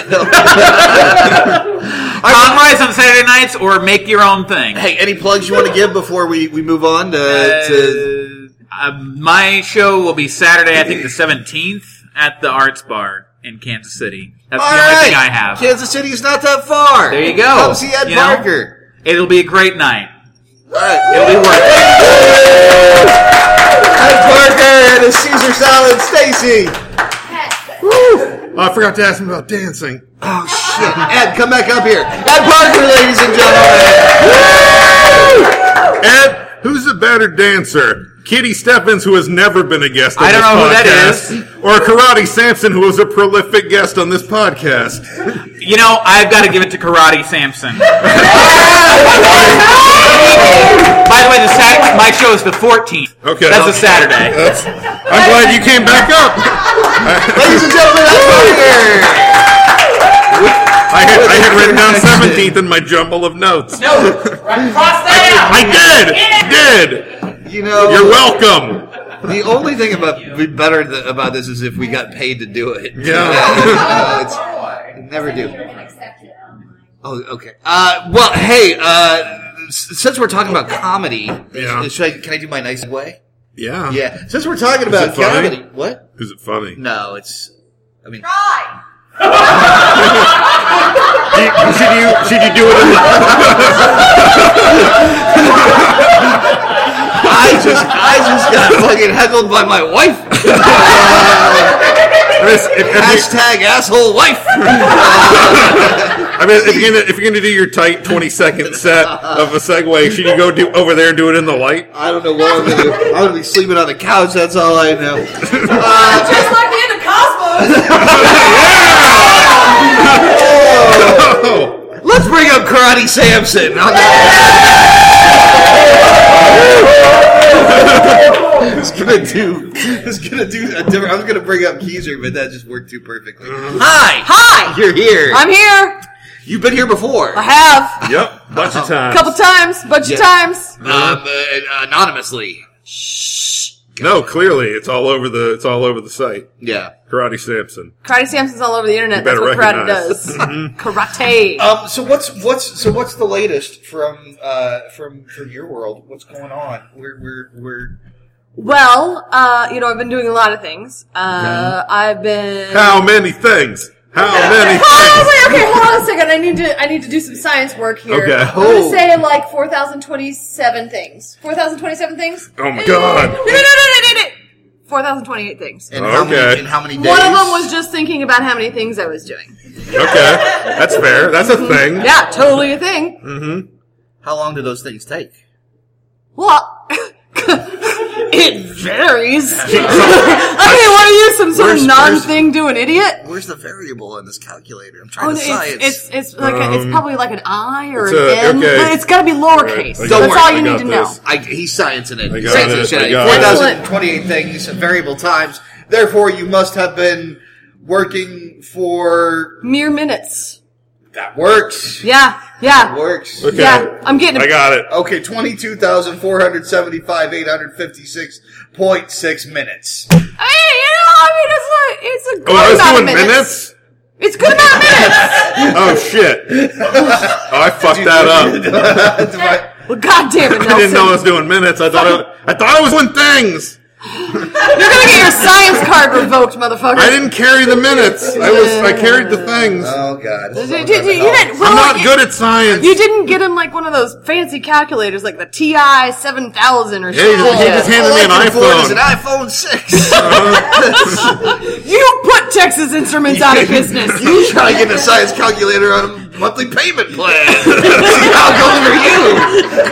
Speaker 12: Conroy's on Saturday nights or make your own thing.
Speaker 2: Hey, any plugs you want to give before we, we move on to, to
Speaker 12: Uh, my show will be Saturday, I think the 17th at the Arts Bar in Kansas City. That's the only thing I have.
Speaker 2: Kansas City's not that far.
Speaker 12: There you go.
Speaker 2: Come see Ed
Speaker 12: You know?
Speaker 2: Parker.
Speaker 12: It'll be a great night.
Speaker 2: It'll
Speaker 12: be worth it.
Speaker 2: Ed Parker and his Caesar salad, Stacy.
Speaker 3: Oh, I forgot to ask him about dancing.
Speaker 2: Oh shit! Ed, come back up here. Ed Parker, ladies and gentlemen.
Speaker 3: Ed, who's a better dancer? Kitty Steffens, who has never been a guest on
Speaker 12: I don't
Speaker 3: this
Speaker 12: know who that
Speaker 3: podcast, or Karate Sampson, who was a prolific guest on this podcast.
Speaker 12: You know, I've got to give it to Karate Samson. By the way, the Sat- my show is the 14th.
Speaker 3: Okay,
Speaker 12: That's a Saturday.
Speaker 3: I'm glad you came back up.
Speaker 2: ladies and gentlemen, Ed Parker.
Speaker 3: I had, I had written down 17th in my jumble of notes.
Speaker 4: No, right across that
Speaker 3: I did. Did.
Speaker 2: You know,
Speaker 3: You're welcome.
Speaker 2: The only thing about be better th- about this is if we got paid to do it.
Speaker 3: Yeah.
Speaker 9: Oh,
Speaker 2: Uh, it's- I never do. Oh, okay. Uh, well, hey, uh, s- since we're talking about comedy,
Speaker 3: Yeah.
Speaker 2: should I, can I do my nice way?
Speaker 3: Yeah.
Speaker 2: Yeah. Since we're talking about
Speaker 3: Is it funny?
Speaker 2: comedy, what?
Speaker 3: Is it funny?
Speaker 2: No, it's. I mean,
Speaker 3: Should you should you do it? In
Speaker 2: I just I just got fucking heckled by my wife. Hashtag asshole wife.
Speaker 3: I mean, if you're gonna if you're gonna do your tight 20 second set of a segue, should you go do over there and do it in the light?
Speaker 2: I don't know what I'm gonna do. I'm gonna be sleeping on the couch. That's all I know.
Speaker 4: down.
Speaker 2: Uh,
Speaker 4: Just like in the cosmos.
Speaker 3: Oh,
Speaker 2: Let's bring up Karate Samson. It's gonna do. It's gonna do a different. I was gonna bring up Keezer, but that just worked too perfectly. Hi,
Speaker 9: Hi!
Speaker 2: you're here.
Speaker 9: I'm here.
Speaker 2: You've been here before.
Speaker 9: I have.
Speaker 3: Yep. Bunch of times.
Speaker 13: Couple times, bunch
Speaker 14: Yeah.
Speaker 13: of times.
Speaker 14: Uh, but anonymously.
Speaker 3: No, clearly it's all over the it's all over the site.
Speaker 14: Yeah,
Speaker 3: Karate Samson.
Speaker 13: Karate Samson's all over the internet.
Speaker 3: You
Speaker 13: That's what
Speaker 3: better
Speaker 13: karate
Speaker 3: recognize. Mm-hmm.
Speaker 13: does. karate.
Speaker 2: Um, so what's what's so what's the latest from uh, from from your world? What's going on? We're we're we're
Speaker 13: Well, uh, you know, I've been doing a lot of things. Uh, I've been.
Speaker 3: Mm-hmm. How many things? How many?
Speaker 13: Oh, wait, okay, hold on a second. I need to I need to do some science work here.
Speaker 3: Okay.
Speaker 13: I'm gonna
Speaker 3: Oh.
Speaker 13: say like four thousand twenty seven things. Four thousand twenty seven things?
Speaker 3: Oh my god.
Speaker 13: No no no no no no. Four thousand twenty eight things.
Speaker 2: and how many
Speaker 3: Okay.
Speaker 2: and how many days?
Speaker 13: One of them was just thinking about how many things I was doing.
Speaker 3: Okay, that's fair. That's a thing.
Speaker 13: Yeah, totally a thing.
Speaker 2: Mm-hmm. How long do those things take?
Speaker 13: Well, it varies. I mean, what are you, some sort
Speaker 2: Where's-
Speaker 13: of
Speaker 2: where's-
Speaker 13: non-thing doing idiot?
Speaker 2: Where's the variable in this calculator? I'm
Speaker 13: Oh,
Speaker 2: trying to
Speaker 13: it's,
Speaker 2: science.
Speaker 13: it's it's like a, it's
Speaker 2: Um,
Speaker 13: probably like an I or an
Speaker 2: it's a-
Speaker 13: N.
Speaker 2: okay.
Speaker 13: But It's got to be lowercase.
Speaker 2: Right, I
Speaker 13: That's
Speaker 2: got
Speaker 13: all
Speaker 2: it.
Speaker 13: you
Speaker 2: I
Speaker 13: need
Speaker 2: got
Speaker 13: to
Speaker 2: this.
Speaker 13: know.
Speaker 2: I, he's sciencing it.
Speaker 3: I
Speaker 2: He's
Speaker 3: got
Speaker 2: sciencing
Speaker 3: it,
Speaker 2: shit.
Speaker 3: I got it.
Speaker 2: 4,028 things, variable times. Therefore, you must have been working for.
Speaker 13: Mere minutes.
Speaker 2: That works.
Speaker 13: Yeah, yeah.
Speaker 2: That works.
Speaker 13: Okay. Yeah, I'm getting- I got
Speaker 3: it.
Speaker 2: Okay, 22,475,856.6 minutes.
Speaker 13: Hey, you know, I mean, it's a it's a good
Speaker 2: Oh, I was
Speaker 13: amount of
Speaker 2: doing
Speaker 13: minutes. It's good amount of minutes.
Speaker 3: Oh shit! Oh, I fucked that up.
Speaker 13: well, God damn it,
Speaker 3: I didn't
Speaker 13: Nelson.
Speaker 3: know I was doing minutes. I thought I, I thought I was doing things.
Speaker 13: You're gonna get your science card revoked, motherfucker.
Speaker 3: I didn't carry the minutes. I was I carried the things.
Speaker 2: Oh god!
Speaker 13: Did- did- did- you didn't- well,
Speaker 3: I'm not
Speaker 13: you-
Speaker 3: good at science.
Speaker 13: You didn't get him like one of those fancy calculators, like the TI seven thousand or
Speaker 3: Yeah,
Speaker 13: something.
Speaker 3: he- he just handed me an
Speaker 13: All I can afford
Speaker 3: iPhone.
Speaker 13: is an
Speaker 2: iPhone six.
Speaker 13: you put Texas Instruments out of business.
Speaker 2: you try to get a science calculator on a monthly payment plan. See how it goes for you.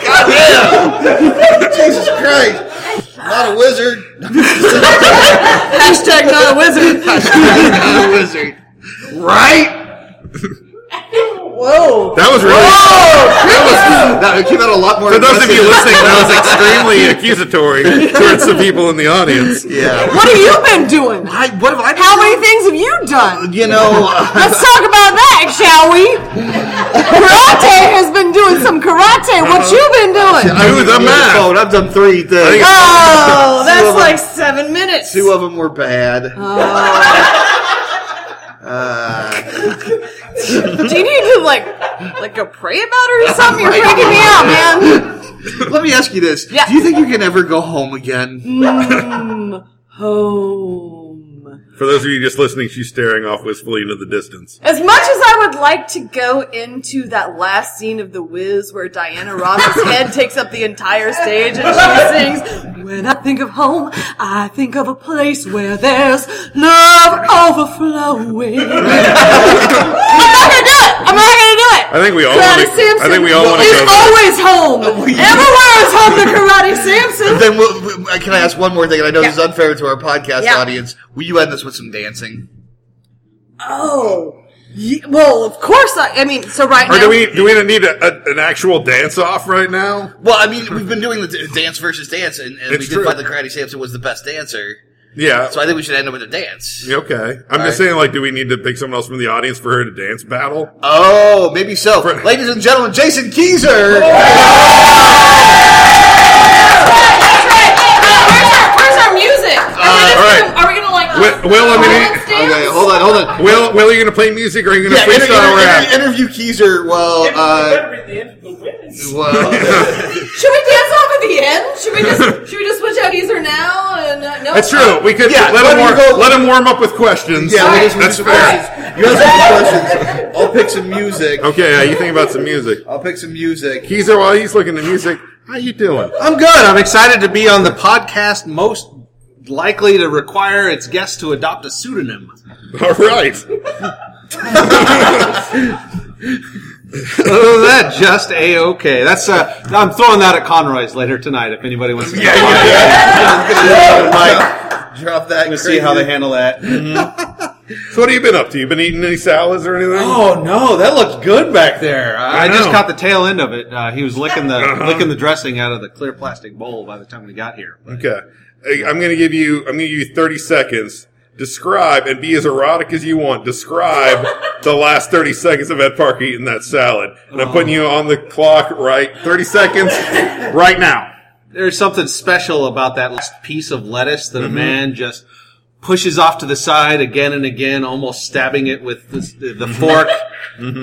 Speaker 2: Goddamn. Jesus Christ. Not a wizard.
Speaker 13: Hashtag not a wizard.
Speaker 2: Hashtag not a wizard. Right?
Speaker 13: Whoa.
Speaker 3: That was really.
Speaker 2: That was. That it came out a lot more.
Speaker 3: For those of you
Speaker 2: aggressive.
Speaker 3: listening, that was extremely accusatory towards the people in the audience.
Speaker 2: Yeah.
Speaker 13: What have you been doing? I,
Speaker 2: what have I
Speaker 13: How many things have you done?
Speaker 2: You know,
Speaker 13: Let's talk about that, shall we? karate has been doing some karate. What
Speaker 3: Uh-huh.
Speaker 13: you been doing?
Speaker 3: Do the math.
Speaker 2: Phone. I've done three
Speaker 13: Oh,
Speaker 2: things. Two
Speaker 13: that's
Speaker 2: of
Speaker 13: like seven minutes.
Speaker 2: Two of them were bad.
Speaker 13: Do you need to like, like go pray about it or something? You're
Speaker 2: Right.
Speaker 13: freaking me out, man.
Speaker 2: Let me ask you this: Do you think you can ever go home again?
Speaker 13: Mm, oh.
Speaker 3: For those of you just listening, she's staring off wistfully into the distance.
Speaker 13: As much as I would like to go into that last scene of The Wiz where Diana Ross's head takes up the entire stage and she sings, When I think of home, I think of a place where there's love overflowing. I'm not gonna do it! I'm not gonna do it!
Speaker 3: I think we all.
Speaker 13: Karate
Speaker 3: Wanna,
Speaker 13: Samson
Speaker 3: I think we all want to
Speaker 13: is
Speaker 3: go. Oh,
Speaker 13: always home! Everywhere is home to Karate Samson!
Speaker 2: Then we'll, we- uh, can I ask one more thing? And I know this is unfair to our podcast
Speaker 13: Yeah.
Speaker 2: audience. Will you end this with some dancing?
Speaker 13: Oh. Ye- well, of course I, I mean, so right
Speaker 3: Or
Speaker 13: now.
Speaker 3: do we do we need a, a, an actual dance off right now?
Speaker 2: Well, I mean, we've been doing the d- dance versus dance, and, and we
Speaker 3: It's
Speaker 2: did
Speaker 3: true.
Speaker 2: find the Karate Samson was the best dancer.
Speaker 3: Yeah.
Speaker 2: So I think we should end up with a dance.
Speaker 3: Yeah, Okay. I'm
Speaker 2: All
Speaker 3: just
Speaker 2: right.
Speaker 3: saying, like, do we need to pick someone else from the audience for her to dance battle?
Speaker 2: Oh, maybe so. Ladies and gentlemen, Jason Keyser.
Speaker 15: Where's our, where's our music? Are we,
Speaker 3: Uh,
Speaker 15: just
Speaker 3: all right.
Speaker 15: gonna, are we gonna like?
Speaker 3: Will, Will, I mean,
Speaker 2: okay, hold on, hold on.
Speaker 3: Will, Will, are you going to play music or are you going to
Speaker 2: Yeah, inter-
Speaker 3: freestyle
Speaker 2: inter-
Speaker 3: rap?
Speaker 2: inter- interview Keyser while. Uh, well,
Speaker 13: Should we dance off at the end? Should we just should we just switch out Easer now and uh, no?
Speaker 3: That's true. We could
Speaker 2: Yeah, why
Speaker 3: let, him
Speaker 2: don't
Speaker 3: warm,
Speaker 2: you go-
Speaker 3: let him warm up with questions.
Speaker 2: Yeah, we just- we
Speaker 3: that's
Speaker 2: just-
Speaker 3: fair.
Speaker 2: you guys have some questions. I'll pick some music.
Speaker 3: Okay, yeah, you think about some music.
Speaker 2: I'll pick some music.
Speaker 3: Keezer, while he's looking at music, how you doing?
Speaker 16: I'm good. I'm excited to be on the podcast most likely to require its guest to adopt a pseudonym.
Speaker 3: All right.
Speaker 2: Oh,
Speaker 16: Other than that, just a okay. That's uh, I'm throwing that at Conroy's later tonight if anybody wants to. Yeah,
Speaker 2: Drop that. Mm-hmm.
Speaker 16: We'll see how they handle that.
Speaker 3: So what have you been up to? You been eating any salads or anything?
Speaker 16: Oh no, that looked good back there. I, I
Speaker 3: know.
Speaker 16: just caught the tail end of it. Uh, he was licking the licking the dressing out of the clear plastic bowl by the time we got here.
Speaker 3: Okay. Hey, I'm going to give you. I'm going to give you 30 seconds Describe and be as erotic as you want. Describe the last 30 seconds of Ed Parker eating that salad. And
Speaker 2: Oh.
Speaker 3: I'm putting you on the clock right 30 seconds right now.
Speaker 16: There's something special about that last piece of lettuce that a
Speaker 3: Mhm.
Speaker 16: man just pushes off to the side again and again, almost stabbing it with the, the fork,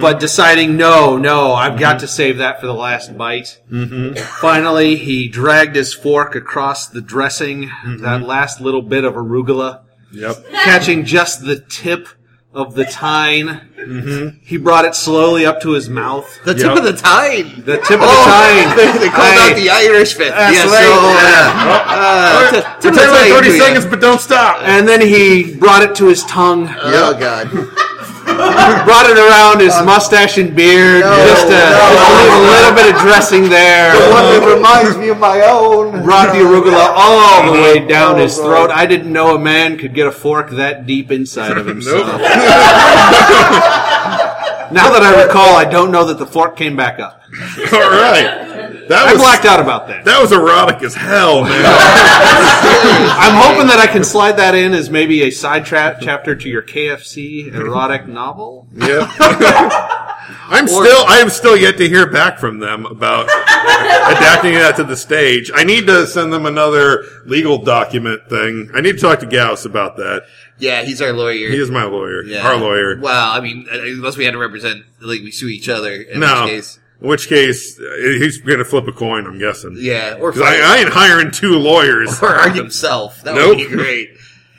Speaker 16: but deciding, no, no, I've got to save that for the last bite.
Speaker 3: Mm-hmm.
Speaker 16: Finally, he dragged his fork across the dressing, that last little bit of arugula.
Speaker 3: Yep.
Speaker 16: Catching just the tip of the tine. Mm-hmm. He brought it slowly up to his mouth.
Speaker 2: The tip of the tine.
Speaker 16: The tip of
Speaker 2: Oh,
Speaker 16: the
Speaker 2: They,
Speaker 16: tine.
Speaker 2: they called out the Irish bit.
Speaker 16: That's
Speaker 2: Yeah,
Speaker 16: right.
Speaker 2: so,
Speaker 16: Yeah.
Speaker 2: uh,
Speaker 16: Uh,
Speaker 2: t- tip of the tine to you.
Speaker 3: but don't stop.
Speaker 16: And then he brought it to his tongue.
Speaker 2: Oh God.
Speaker 16: brought it around
Speaker 2: Uh,
Speaker 16: his mustache and beard. just, to, just to leave a little bit of dressing there.
Speaker 2: The one that reminds me of my own. Oh,
Speaker 16: brought the arugula all the way down his throat. I didn't know a man could get a fork that deep inside of himself. now that I recall, I don't know that the fork came back up.
Speaker 3: All right. That
Speaker 16: I
Speaker 3: was-
Speaker 16: blacked out about that.
Speaker 3: That was erotic as hell, man.
Speaker 16: I'm hoping that I can slide that in as maybe a side tra- chapter to your KFC erotic novel.
Speaker 3: Yeah. I'm still I am still yet to hear back from them about adapting that to the stage. I need to send them another legal document thing. I need to talk to Gauss about that.
Speaker 2: Yeah, he's our lawyer.
Speaker 3: He is my lawyer.
Speaker 2: Yeah.
Speaker 3: Our lawyer.
Speaker 2: Well, I mean, uh, unless we had to represent, like we sue each other. In
Speaker 3: no.
Speaker 2: Which case,
Speaker 3: in which case, uh, he's going to flip a coin, I'm guessing.
Speaker 2: Yeah, or
Speaker 3: 'Cause I, I ain't hiring two lawyers.
Speaker 2: or argue himself. That would be
Speaker 3: Nope.
Speaker 2: great.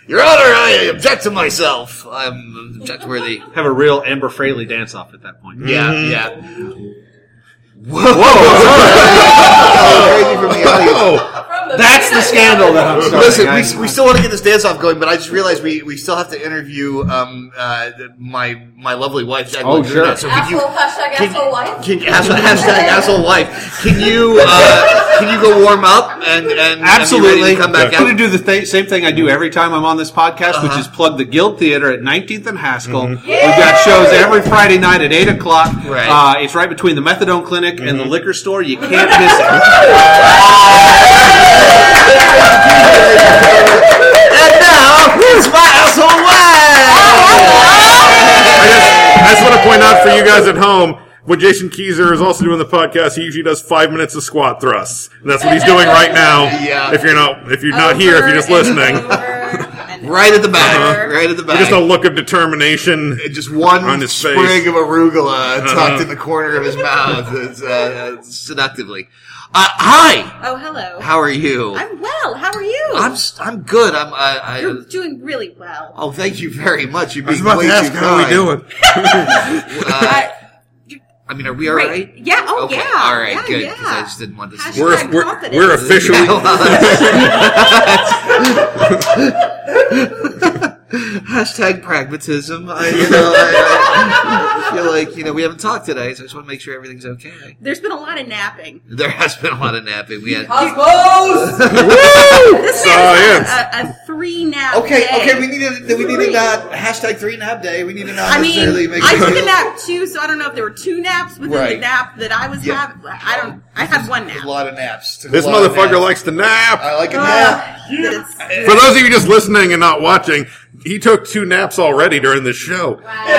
Speaker 2: Your Honor, I object to myself. I'm object worthy.
Speaker 16: Have a real Amber Fraley dance off at that point.
Speaker 2: Yeah,
Speaker 16: Mhm.
Speaker 2: yeah.
Speaker 16: Whoa!
Speaker 3: Oh,
Speaker 16: That's the scandal that I'm starting.
Speaker 2: Listen,
Speaker 16: guys.
Speaker 2: we, we still want to get this dance off going, but I just realized we, we still have to interview um, uh, my my lovely wife. Jacqueline
Speaker 16: Oh, sure.
Speaker 2: Drunas. So could you,
Speaker 13: Asshole, hashtag
Speaker 2: can-
Speaker 13: asshole life.
Speaker 2: can, asshole, hashtag asshole wife. Can you uh, can you go warm up and and and be ready
Speaker 16: Absolutely.
Speaker 2: to come back
Speaker 16: I'm going
Speaker 2: out?
Speaker 16: to do the th- same thing I do every time I'm on this podcast, which
Speaker 2: Uh-huh.
Speaker 16: is plug the Guild Theater at 19th and Haskell. We've got shows every Friday night at 8 o'clock.
Speaker 2: Right.
Speaker 16: Uh, it's right between the methadone clinic and the liquor store. You can't miss it.
Speaker 2: And now it's my asshole
Speaker 3: I just want to point out for you guys at home. When Jason Keyser is also doing the podcast, he usually does five minutes of squat thrusts. And that's what he's doing right now.
Speaker 2: Yeah.
Speaker 3: If you're not, if you're not here, if you're just listening,
Speaker 2: right at the back, right at the back.
Speaker 3: just a look of determination.
Speaker 2: just one
Speaker 3: on his face.
Speaker 2: sprig of arugula tucked
Speaker 3: Uh-huh.
Speaker 2: in the corner of his mouth it's, uh, uh, seductively. Uh, hi,
Speaker 17: Oh, hello.
Speaker 2: how are you?
Speaker 17: I'm well. How are you?
Speaker 2: I'm s- I'm good. I'm I, I
Speaker 17: You're doing really well.
Speaker 2: oh thank you very much. You're
Speaker 3: I was
Speaker 2: being
Speaker 3: about
Speaker 2: way
Speaker 3: to ask,
Speaker 2: too
Speaker 3: how are we
Speaker 2: kind.
Speaker 3: doing?
Speaker 2: uh, I mean, are we all
Speaker 17: Great.
Speaker 2: right?
Speaker 17: Yeah. Oh,
Speaker 2: okay.
Speaker 17: yeah.
Speaker 2: All right.
Speaker 17: Yeah,
Speaker 2: good.
Speaker 17: yeah.
Speaker 2: 'cause I just didn't want this. to-
Speaker 3: We're- Hashtag we're- confidence. we're officially-
Speaker 2: Yeah, well, Hashtag pragmatism. I, you know, I, I feel like you know we haven't talked today, so I just want to make sure everything's okay.
Speaker 17: There's been a lot of napping.
Speaker 2: There has been a lot of napping. We had
Speaker 17: Cosmos! this
Speaker 2: Science.
Speaker 17: man's on a, a three nap.
Speaker 2: Uh, Okay,
Speaker 17: day.
Speaker 2: okay, we need to we need to
Speaker 17: Three.
Speaker 2: not hashtag three nap day. We need to not
Speaker 17: I mean,
Speaker 2: necessarily make
Speaker 17: I
Speaker 2: it
Speaker 17: took a nap too, so I don't know if there were two naps within
Speaker 2: Right.
Speaker 17: the nap that I was
Speaker 2: Yeah.
Speaker 17: having. I don't. I had one nap.
Speaker 2: a lot of naps. Took a
Speaker 3: This
Speaker 2: lot of
Speaker 3: motherfucker
Speaker 2: naps.
Speaker 3: likes to nap.
Speaker 2: I like a
Speaker 17: Ah.
Speaker 2: nap.
Speaker 3: For those of you just listening and not watching, he took two naps already during this show.
Speaker 2: I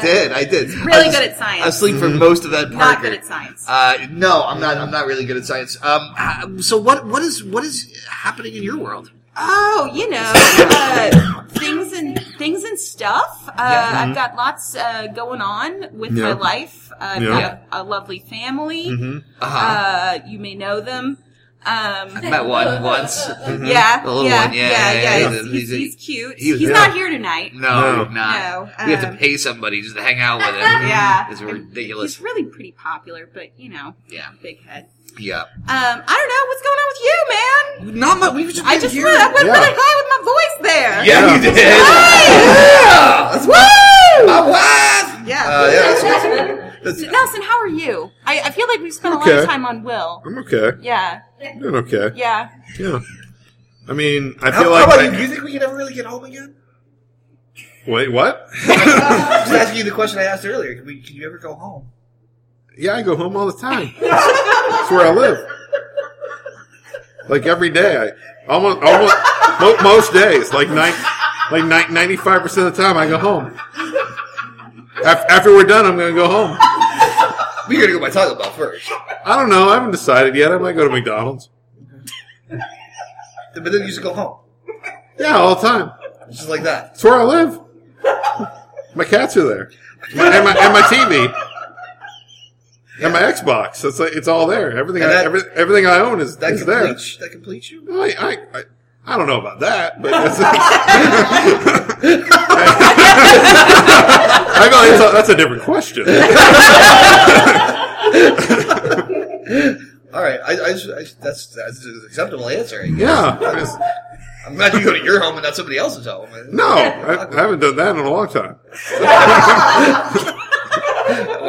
Speaker 2: did. I did.
Speaker 17: Really
Speaker 2: I was-
Speaker 17: good at science.
Speaker 2: I was asleep for most of that. Parker.
Speaker 17: Not good at science.
Speaker 2: Uh, no, I'm not. I'm not really good at science. Um, uh, so what? What is? What is happening in your world?
Speaker 17: Oh, you know, uh, things and things and stuff. Uh,
Speaker 2: Yeah. Mm-hmm.
Speaker 17: I've got lots uh, going on with
Speaker 2: Yeah.
Speaker 17: my life. Uh, I've
Speaker 2: Yeah.
Speaker 17: got a, a lovely family.
Speaker 3: Mm-hmm.
Speaker 2: Mhm.
Speaker 17: Uh, you may know them. Um,
Speaker 2: I met one once.
Speaker 17: Yeah,
Speaker 2: Mm-hmm. the little
Speaker 17: yeah,
Speaker 2: one. Yeah,
Speaker 17: yeah, yeah.
Speaker 2: yeah,
Speaker 17: He's-
Speaker 2: He's,
Speaker 17: He's cute.
Speaker 2: He was-
Speaker 17: he's
Speaker 2: yeah.
Speaker 17: not here tonight.
Speaker 2: No,
Speaker 17: no.
Speaker 2: not.
Speaker 17: No,
Speaker 2: we have to
Speaker 17: um,
Speaker 2: pay somebody just to hang out with him.
Speaker 17: Yeah.
Speaker 2: it's
Speaker 17: And
Speaker 2: ridiculous.
Speaker 17: He's really pretty popular, but you know,
Speaker 2: Yeah.
Speaker 17: big head.
Speaker 2: Yeah.
Speaker 17: Um, I don't know what's going on with you, man.
Speaker 2: Not much. We've just
Speaker 17: I
Speaker 2: been
Speaker 17: just
Speaker 2: here.
Speaker 17: went, I went
Speaker 2: Yeah.
Speaker 17: really high with my voice there.
Speaker 2: Yeah, you did.
Speaker 17: Right.
Speaker 2: That's
Speaker 17: Woo!
Speaker 2: my wife.
Speaker 17: Yeah.
Speaker 2: Uh, yeah, that's-
Speaker 17: Nelson, how are you? I, I feel like we've spent a lot
Speaker 3: Okay.
Speaker 17: of time on Will.
Speaker 3: I'm okay.
Speaker 17: Yeah.
Speaker 3: I'm doing okay.
Speaker 17: Yeah.
Speaker 3: Yeah. I mean, I
Speaker 2: How-
Speaker 3: feel
Speaker 2: how
Speaker 3: like.
Speaker 2: about
Speaker 3: I-
Speaker 2: you? Do you think we can ever really get home again?
Speaker 3: wait, what?
Speaker 2: I'm just asking you the question I asked earlier. Can, we, can you ever go home?
Speaker 3: Yeah, I go home all the time. That's where I live. Like every day, I almost almost Mo- most days, like nine, like ninety five percent of the time, I go home. Af- after we're done, I'm going to go home.
Speaker 2: We're going to go by Taco Bell first.
Speaker 3: I don't know. I haven't decided yet. I might go to McDonald's.
Speaker 2: But then you just go home.
Speaker 3: Yeah, all the time.
Speaker 2: Just like that.
Speaker 3: It's where I live. My cats are there, My- and my and my TV, and my Xbox. It's like, it's all there. Everything
Speaker 2: And
Speaker 3: I,
Speaker 2: that-
Speaker 3: every, everything I own is,
Speaker 2: That
Speaker 3: is there.
Speaker 2: completes, that completes you?
Speaker 3: I, I, I, I don't know about that, but that's, I go, it's a, that's a different question.
Speaker 2: All right, I, I, just- I just- that's that's an acceptable answer. I guess.
Speaker 3: Yeah.
Speaker 2: That's- I'm glad you go to your home and not somebody else's home.
Speaker 3: No, I, I haven't done that in a long time.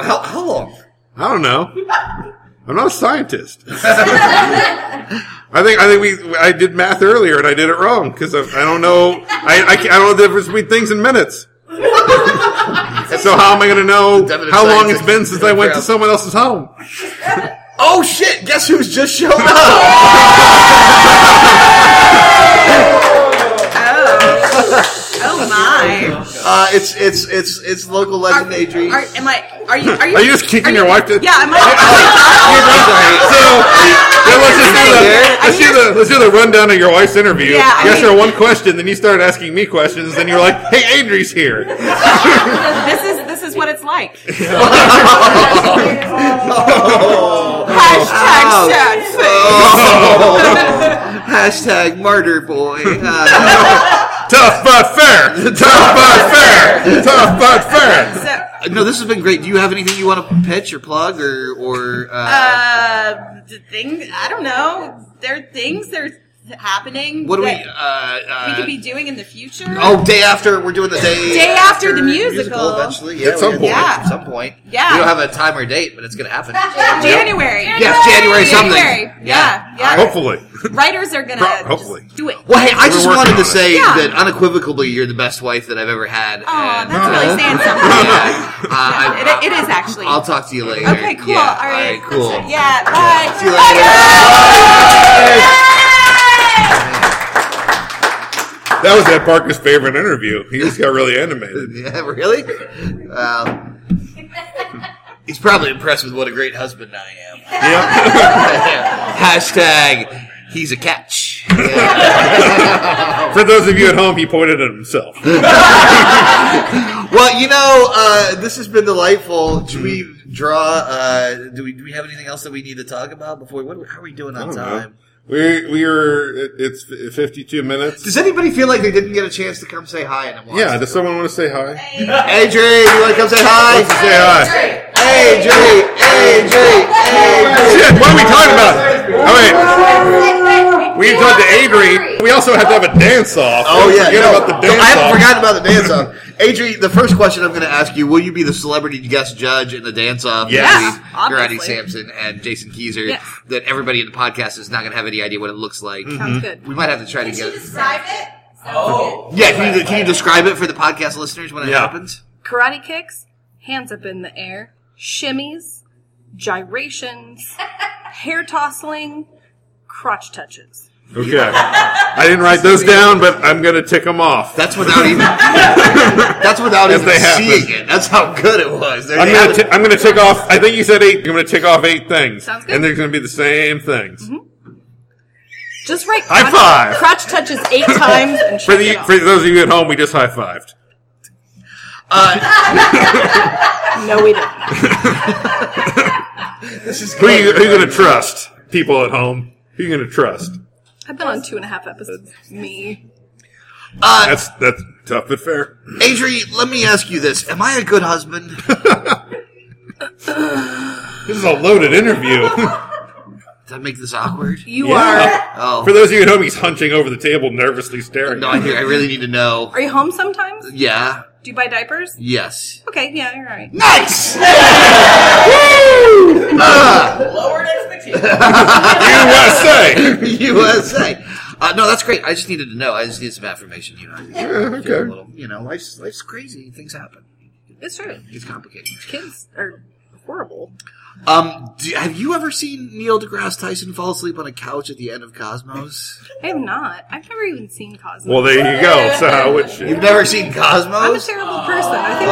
Speaker 2: how, how long?
Speaker 3: I don't know. I'm not a scientist. I think I think we I did math earlier and I did it wrong because I, I don't know I, I, can't- I don't know the difference between things in minutes. so how am I going to know
Speaker 2: Definite
Speaker 3: how long
Speaker 2: science
Speaker 3: it's been since I went to someone else's home?
Speaker 2: Oh shit! Guess who's just showed up?
Speaker 17: Oh my.
Speaker 2: Uh, it's it's it's it's local legend Adri.
Speaker 17: Are, am I? Are you? Are you?
Speaker 2: Are you just kicking
Speaker 17: are
Speaker 2: your wife to-
Speaker 17: Yeah, am I?
Speaker 3: So yeah, let's just do the let's do the let's do the rundown of your wife's interview.
Speaker 17: Yeah, I
Speaker 3: you
Speaker 17: mean-
Speaker 3: asked her one question, then you started asking me questions, then you're like, "Hey, Adri's here."
Speaker 17: this is this is what it's like.
Speaker 2: Hashtag
Speaker 17: sad Oh.
Speaker 2: Oh. Hashtag martyr boy. Uh,
Speaker 3: Tough but fair. Tough but fair. Tough but fair.
Speaker 2: Uh, No, this has been great. Do you have anything you want to pitch or plug or or? Uh,
Speaker 17: Uh, the thing I don't know. There are things that are happening.
Speaker 2: what do we?
Speaker 17: that
Speaker 2: Uh, uh,
Speaker 17: we could be doing in the future?
Speaker 2: Oh, day after we're doing the day.
Speaker 17: Day after the musical.
Speaker 2: eventually. Yeah,
Speaker 17: At some
Speaker 2: we're gonna-
Speaker 17: point.
Speaker 2: At some point.
Speaker 17: Yeah.
Speaker 2: We don't have a time or date, but it's going to happen.
Speaker 17: January.
Speaker 2: Yes, January something.
Speaker 17: January. Yeah, yeah.
Speaker 3: Hopefully.
Speaker 17: Writers are gonna
Speaker 2: Hopefully.
Speaker 17: just do it.
Speaker 2: Well, hey, I just wanted to say
Speaker 17: Yeah.
Speaker 2: that unequivocally, you're the best wife that I've ever had.
Speaker 17: Oh,
Speaker 2: and,
Speaker 17: that's really
Speaker 2: uh,
Speaker 17: saying something.
Speaker 2: yeah. Uh, I,
Speaker 17: It, it is actually.
Speaker 2: I'll talk to you later.
Speaker 17: Okay, cool.
Speaker 2: Yeah,
Speaker 17: all right.
Speaker 2: Cool.
Speaker 17: Yeah, bye.
Speaker 2: See you later.
Speaker 3: That was Ed Parker's favorite interview. He just got really animated.
Speaker 2: Yeah, really? Wow. He's probably impressed with what a great husband I am. Hashtag, he's a catch.
Speaker 3: For those of you at home, he pointed at himself.
Speaker 2: Well, you know, uh, this has been delightful. Do we draw? Uh, do we do we have anything else that we need to talk about before? What, how are we doing
Speaker 3: I
Speaker 2: on
Speaker 3: don't
Speaker 2: time?
Speaker 3: know. We we are. it- It's fifty-two minutes.
Speaker 2: Does anybody feel like they didn't get a chance to come say hi? In a while?
Speaker 3: Yeah. Does someone want to say hi?
Speaker 2: Hey, Dre, you want to come say hi?
Speaker 3: Let's say hi.
Speaker 2: Hey, Dre. Hey, Dre.
Speaker 3: Shit. What are we talking about? Oh wait. We can talk to Adri. We also have to have a dance off.
Speaker 2: Oh yeah,
Speaker 3: Forget
Speaker 2: no,
Speaker 3: about the
Speaker 2: no,
Speaker 3: dance
Speaker 2: I haven't
Speaker 3: off.
Speaker 2: forgotten about the dance off. Adri, the first question I'm going to ask you: Will you be the celebrity guest judge in the dance off?
Speaker 3: Yes.
Speaker 2: Karate Sampson and Jason Keyser.
Speaker 17: Yes.
Speaker 2: That everybody in the podcast is not going to have any idea what it looks like.
Speaker 3: Mm-hmm.
Speaker 17: Sounds Mhm. good.
Speaker 2: We might have to try
Speaker 6: Can
Speaker 2: to
Speaker 6: she
Speaker 2: get.
Speaker 6: describe it?
Speaker 2: Oh, yeah. Can you, can you describe it for the podcast listeners when it happens?
Speaker 15: Karate kicks, hands up in the air, shimmies, gyrations, hair tossling, crotch touches.
Speaker 3: Okay. I didn't write those down, but I'm gonna tick them off.
Speaker 2: That's without even. That's without
Speaker 3: If
Speaker 2: even
Speaker 3: they happen.
Speaker 2: seeing it. That's how good it was. There-
Speaker 3: I'm
Speaker 2: they
Speaker 3: gonna
Speaker 2: haven't-
Speaker 3: t- I'm gonna tick off. I think you said eight. I'm gonna tick off eight things,
Speaker 15: Sounds good. Mm-hmm.
Speaker 3: and they're gonna be the same things.
Speaker 15: Just right.
Speaker 3: High
Speaker 15: crotch-
Speaker 3: five.
Speaker 15: Crotch touches eight times. And
Speaker 3: For
Speaker 15: shake
Speaker 3: the
Speaker 15: it off.
Speaker 3: for those of you at home, we just high fived.
Speaker 15: no, we didn't.
Speaker 2: this is
Speaker 3: Who are you, who you gonna trust? People at home, who you gonna trust?
Speaker 15: I've been on two and a half episodes. Me. Uh,
Speaker 3: that's that's tough but fair.
Speaker 2: Adri, let me ask you this: Am I a good husband?
Speaker 3: This is a loaded interview.
Speaker 2: Did I make this awkward?
Speaker 15: You
Speaker 3: Yeah.
Speaker 2: Oh.
Speaker 3: For those of you at home, he's hunching over the table, nervously staring.
Speaker 2: No, I, hear- I really need to know.
Speaker 15: Are you home sometimes?
Speaker 2: Yeah.
Speaker 15: Do you buy diapers?
Speaker 2: Yes.
Speaker 15: Okay, yeah, you're right.
Speaker 2: Nice!
Speaker 6: Lowered expectations.
Speaker 2: USA! USA! Uh, no, that's great. I just needed to know. I just need some affirmation. You know,
Speaker 15: Yeah,
Speaker 2: Feel a
Speaker 15: okay.
Speaker 2: little- you know, life's life's crazy. Things happen.
Speaker 15: It's true.
Speaker 2: It's complicated.
Speaker 15: Kids are horrible.
Speaker 2: Um, do, have you ever seen Neil deGrasse Tyson fall asleep on a couch at the end of Cosmos?
Speaker 15: I have not. I've never even seen Cosmo.
Speaker 2: Well, there you go. So I wish- You've never seen Cosmos?
Speaker 15: I'm a terrible person. I think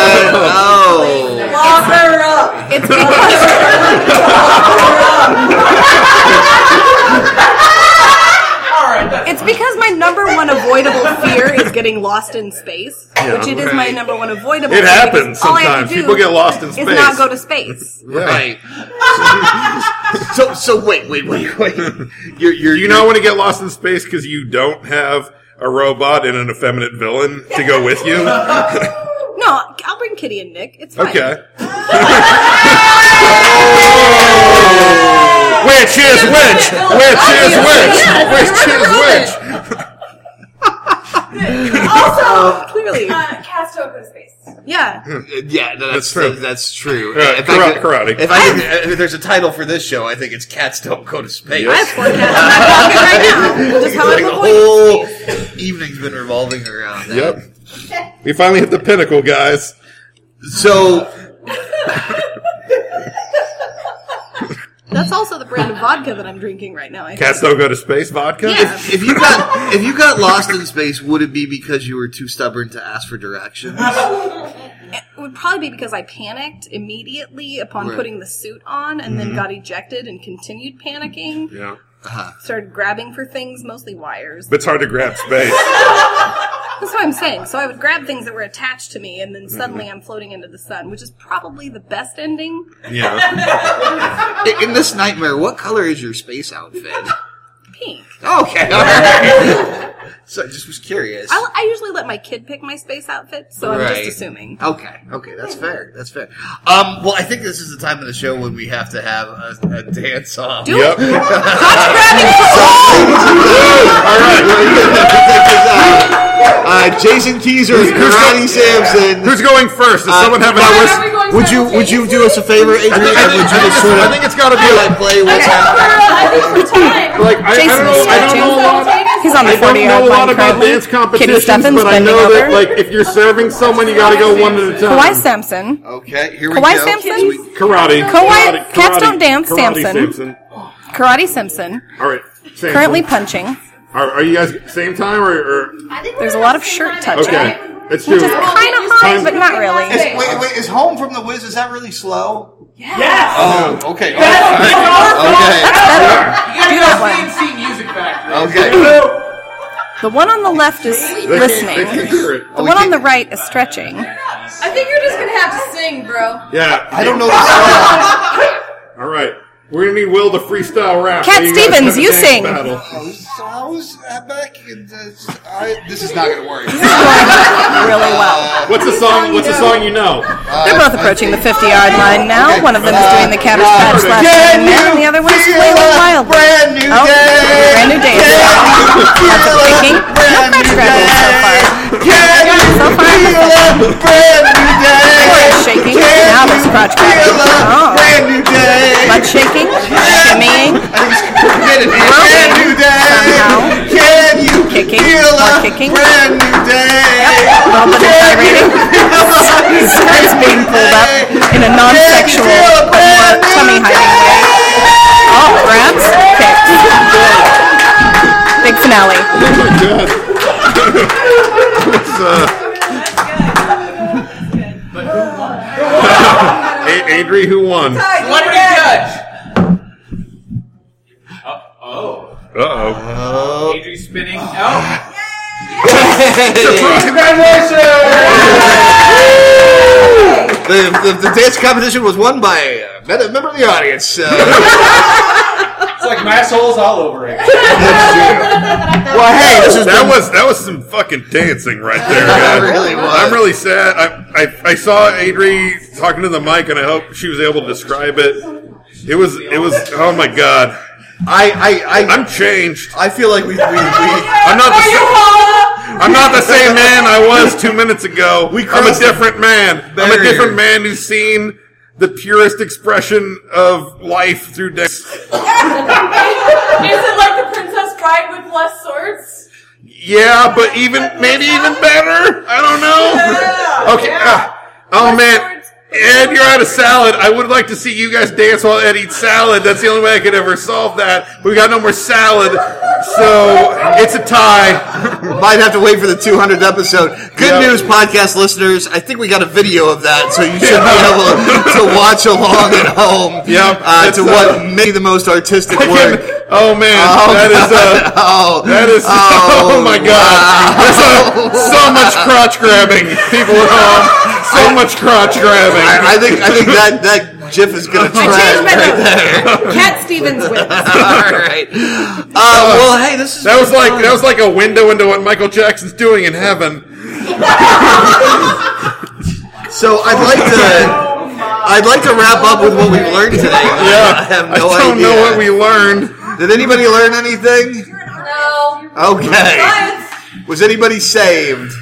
Speaker 2: Uh, Oh.
Speaker 18: Lock her up.
Speaker 15: It's because it's because my number one avoidable fear is getting lost in space,
Speaker 3: Yeah.
Speaker 15: which it is my number one avoidable.
Speaker 3: It
Speaker 15: fear because
Speaker 3: happens
Speaker 15: all I have to
Speaker 3: sometimes.
Speaker 15: do
Speaker 3: People get lost in
Speaker 15: is
Speaker 3: space.
Speaker 15: not go to space.
Speaker 2: Right. so, so wait, wait, wait, wait.
Speaker 3: You're, you're, you not want to get lost in space because you don't have a robot and an effeminate villain to go with you.
Speaker 15: No, I'll bring Kitty and Nick. It's fine.
Speaker 3: Okay.
Speaker 2: Which is which? Which is which? Which is which?
Speaker 15: also, clearly,
Speaker 13: uh, cast hope in space.
Speaker 15: Yeah.
Speaker 2: Yeah, no, that's, that's true. That's true.
Speaker 3: Uh,
Speaker 2: If I could-
Speaker 3: karate- karate.
Speaker 2: If, I could- if there's a title for this show, I think it's "Cats Don't Go to Space."
Speaker 3: I have
Speaker 15: four cats in my pocket right now. Just
Speaker 2: It's
Speaker 15: how I
Speaker 2: like the
Speaker 15: look
Speaker 2: whole evening's been revolving around. That.
Speaker 3: Yep. We finally hit the pinnacle, guys.
Speaker 2: So
Speaker 15: that's also the brand of vodka that I'm drinking right now. I think.
Speaker 3: cats don't go to space vodka.
Speaker 2: If, if you got if you got lost in space, would it be because you were too stubborn to ask for directions?
Speaker 15: It would probably be because I panicked immediately upon
Speaker 2: Right.
Speaker 15: putting the suit on and then
Speaker 2: Mhm.
Speaker 15: got ejected and continued panicking.
Speaker 3: Yeah.
Speaker 2: Uh-huh.
Speaker 15: Started grabbing for things, mostly wires.
Speaker 3: But it's hard to grab space.
Speaker 15: That's what I'm saying. So I would grab things that were attached to me, and
Speaker 2: Mm-hmm.
Speaker 15: then suddenly I'm floating into the sun, which is probably the best ending.
Speaker 2: Yeah. In- In this nightmare, what color is your space outfit?
Speaker 15: Pink.
Speaker 2: Okay. all right. so I just was curious.
Speaker 15: I, I usually let my kid pick my space outfit, so I'm
Speaker 2: Right.
Speaker 15: just assuming.
Speaker 2: Okay. Okay. That's fair. That's fair. Um, well, I think this is the time of the show when we have to have a, a dance off.
Speaker 15: Do
Speaker 2: yep. Uh, Jason Teaser and Karate Samson.
Speaker 3: Who's going first?
Speaker 2: Uh,
Speaker 3: Does someone have an
Speaker 2: an Would you Would you do us a favor, Adrian? I would you just sort of? I think it's got to be like play what's happening.
Speaker 3: Like I, I don't know. I don't know a lot.
Speaker 2: He's on the
Speaker 3: I don't
Speaker 2: 40-yard
Speaker 3: know a lot
Speaker 2: line
Speaker 3: about
Speaker 2: currently.
Speaker 3: dance
Speaker 2: Kitty
Speaker 3: competitions,
Speaker 2: Steffens
Speaker 3: but I
Speaker 2: bending
Speaker 3: know that
Speaker 2: over.
Speaker 3: like if you're serving someone, you got to go one at a time.
Speaker 15: Kawhi Sampson.
Speaker 2: Okay, here
Speaker 15: Kawhi Sampson.
Speaker 3: Karate.
Speaker 15: Kawhi-
Speaker 3: Karate.
Speaker 15: Cats
Speaker 3: Karate.
Speaker 15: Don't Dance, Sampson.
Speaker 3: Karate Sampson.
Speaker 15: Karate Simpson.
Speaker 3: All right. Sampson.
Speaker 15: Currently punching.
Speaker 3: Are, are you guys same time or? or
Speaker 15: There's a lot of shirt touching.
Speaker 3: okay. Let's do
Speaker 15: Which
Speaker 3: it.
Speaker 15: is kind of hard, but not really.
Speaker 2: Is, wait, wait, is Home from the Wiz, is that really slow?
Speaker 13: Yes.
Speaker 2: Oh, okay.
Speaker 15: Do that one.
Speaker 6: see Music Factory.
Speaker 2: Okay.
Speaker 15: The one on the left is listening. The one on the right is stretching.
Speaker 18: I think you're just gonna have to sing, bro.
Speaker 3: Yeah.
Speaker 2: I don't know
Speaker 3: All right. We're gonna need Will to freestyle rap.
Speaker 15: Cat
Speaker 3: So guys
Speaker 15: Stevens,
Speaker 3: have a
Speaker 15: you
Speaker 3: dance
Speaker 15: sing.
Speaker 3: battle.
Speaker 2: So I was uh, back in the, I, this is not going to work. really
Speaker 15: well.
Speaker 3: What's a song? What's a song you know?
Speaker 15: They're both approaching the 50 yard line now.
Speaker 3: Okay.
Speaker 15: One of them is doing the cabbage
Speaker 3: Uh,
Speaker 15: patch slash
Speaker 3: can
Speaker 15: Running man, and the other one is flailing wildly.
Speaker 2: Brand new
Speaker 15: oh,
Speaker 2: day.
Speaker 15: Brand new day. Lots of thinking. No crutch grabbing so far. So far,
Speaker 2: brand new day.
Speaker 15: shaking. Now there's crotch grabbing. Oh.
Speaker 2: Brand new day.
Speaker 15: Butt shaking. Shimmying.
Speaker 2: Brand new day. Can you
Speaker 15: kicking?
Speaker 2: feel
Speaker 15: More
Speaker 2: a
Speaker 15: kicking.
Speaker 2: brand new day?
Speaker 15: Yep. Bump and
Speaker 2: Can you
Speaker 15: vibrating. Skirts being pulled up in a non-sexual, but more tummy hiding way. Oh, grabs, kicks. Big finale.
Speaker 3: A- Adri, who won? Uh
Speaker 6: Celebrity judge.
Speaker 3: oh.
Speaker 12: Adri's spinning. Oh.
Speaker 2: The, the, the dance competition was won by uh, met a member of the audience. Uh,
Speaker 6: It's like my soul's all over it.
Speaker 2: Well, hey, this has
Speaker 3: that
Speaker 2: been-
Speaker 3: was that was some fucking dancing right there. Guys.
Speaker 2: really was.
Speaker 3: I'm really sad. I, I I saw Adri talking to the mic, and I hope she was able to describe it. It was it was. Oh my god.
Speaker 2: I I, I
Speaker 3: I'm changed.
Speaker 2: I feel like we we, we
Speaker 3: I'm not the same. I'm not the same man I was two minutes ago. I'm a different man. I'm a different man who's seen the purest expression of life through dance.
Speaker 13: Is it like the Princess Bride with less swords?
Speaker 3: Yeah, but even maybe even better. I don't know. Okay. ah. oh man, Ed, you're out of salad. I would like to see you guys dance while Ed eats salad. That's the only way I could ever solve that. But we got no more salad, so it's a tie.
Speaker 2: Might have to wait for the 200th episode. Good news, podcast listeners. I think we got a video of that, so you should be able to watch along at home.
Speaker 3: Yep.
Speaker 2: Uh,
Speaker 3: That's,
Speaker 2: to what
Speaker 3: uh,
Speaker 2: may be the most artistic
Speaker 3: can't-
Speaker 2: work.
Speaker 3: Oh man,
Speaker 2: Oh,
Speaker 3: that is uh,
Speaker 2: oh,
Speaker 3: that is oh, my god, That's a- so much crotch grabbing, people at home, so much crotch grabbing.
Speaker 2: I, I think I think that that GIF is gonna trend right there.
Speaker 15: Cat Stevens wins.
Speaker 2: All right. Uh, well, hey, this is
Speaker 3: that was like that was like a window into what Michael Jackson's doing in heaven.
Speaker 2: So I'd like to I'd like to wrap up with what we've learned today. Yeah, I have no
Speaker 3: I don't
Speaker 2: idea.
Speaker 3: know what we learned.
Speaker 2: Did anybody learn anything?
Speaker 6: No.
Speaker 2: Okay. Was anybody saved?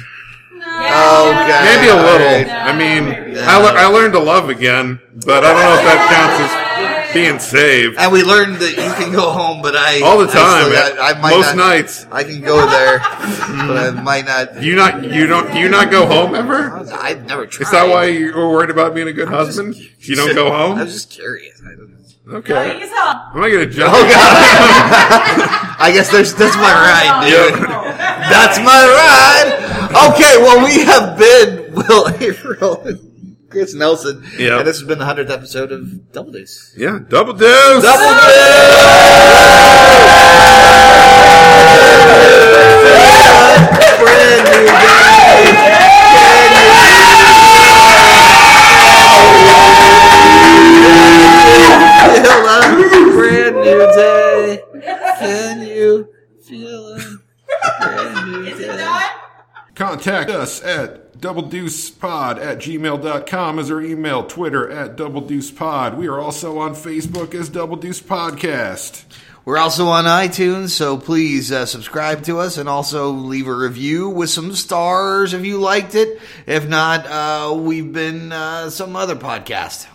Speaker 2: No. Okay.
Speaker 3: Maybe a
Speaker 2: all
Speaker 3: little.
Speaker 2: right.
Speaker 3: I mean, I, le- I learned to love again, but I don't know if that counts as being saved.
Speaker 2: And we learned that you can go home, but I
Speaker 3: All the
Speaker 2: I
Speaker 3: time,
Speaker 2: still got-
Speaker 3: man.
Speaker 2: not-
Speaker 3: Most nights.
Speaker 2: I can go there, but I might not.
Speaker 3: You not you don't you not go home ever?
Speaker 2: I've never tried.
Speaker 3: Is that why you were worried about being a good husband? you don't go home.
Speaker 2: I was just curious. I don't know.
Speaker 3: Okay.
Speaker 2: he's
Speaker 3: I'm not gonna judge.
Speaker 2: Oh god! I guess there's that's my ride, dude. That's my ride. Okay, well we have been Will April, and Chris Nelson,
Speaker 3: Yeah.
Speaker 2: and this has been the hundredth episode of Double Days.
Speaker 3: Yeah, double deuce.
Speaker 2: Double Feel a brand new day. Can you feel a brand new day?
Speaker 3: Contact us at doubledeucepod at gmail.com is our email, Twitter at doubledeucepod. We are also on Facebook as Double Deuce Podcast.
Speaker 2: We're also on iTunes, so please uh, subscribe to us and also leave a review with some stars if you liked it. If not, uh, we've been uh, some other podcast.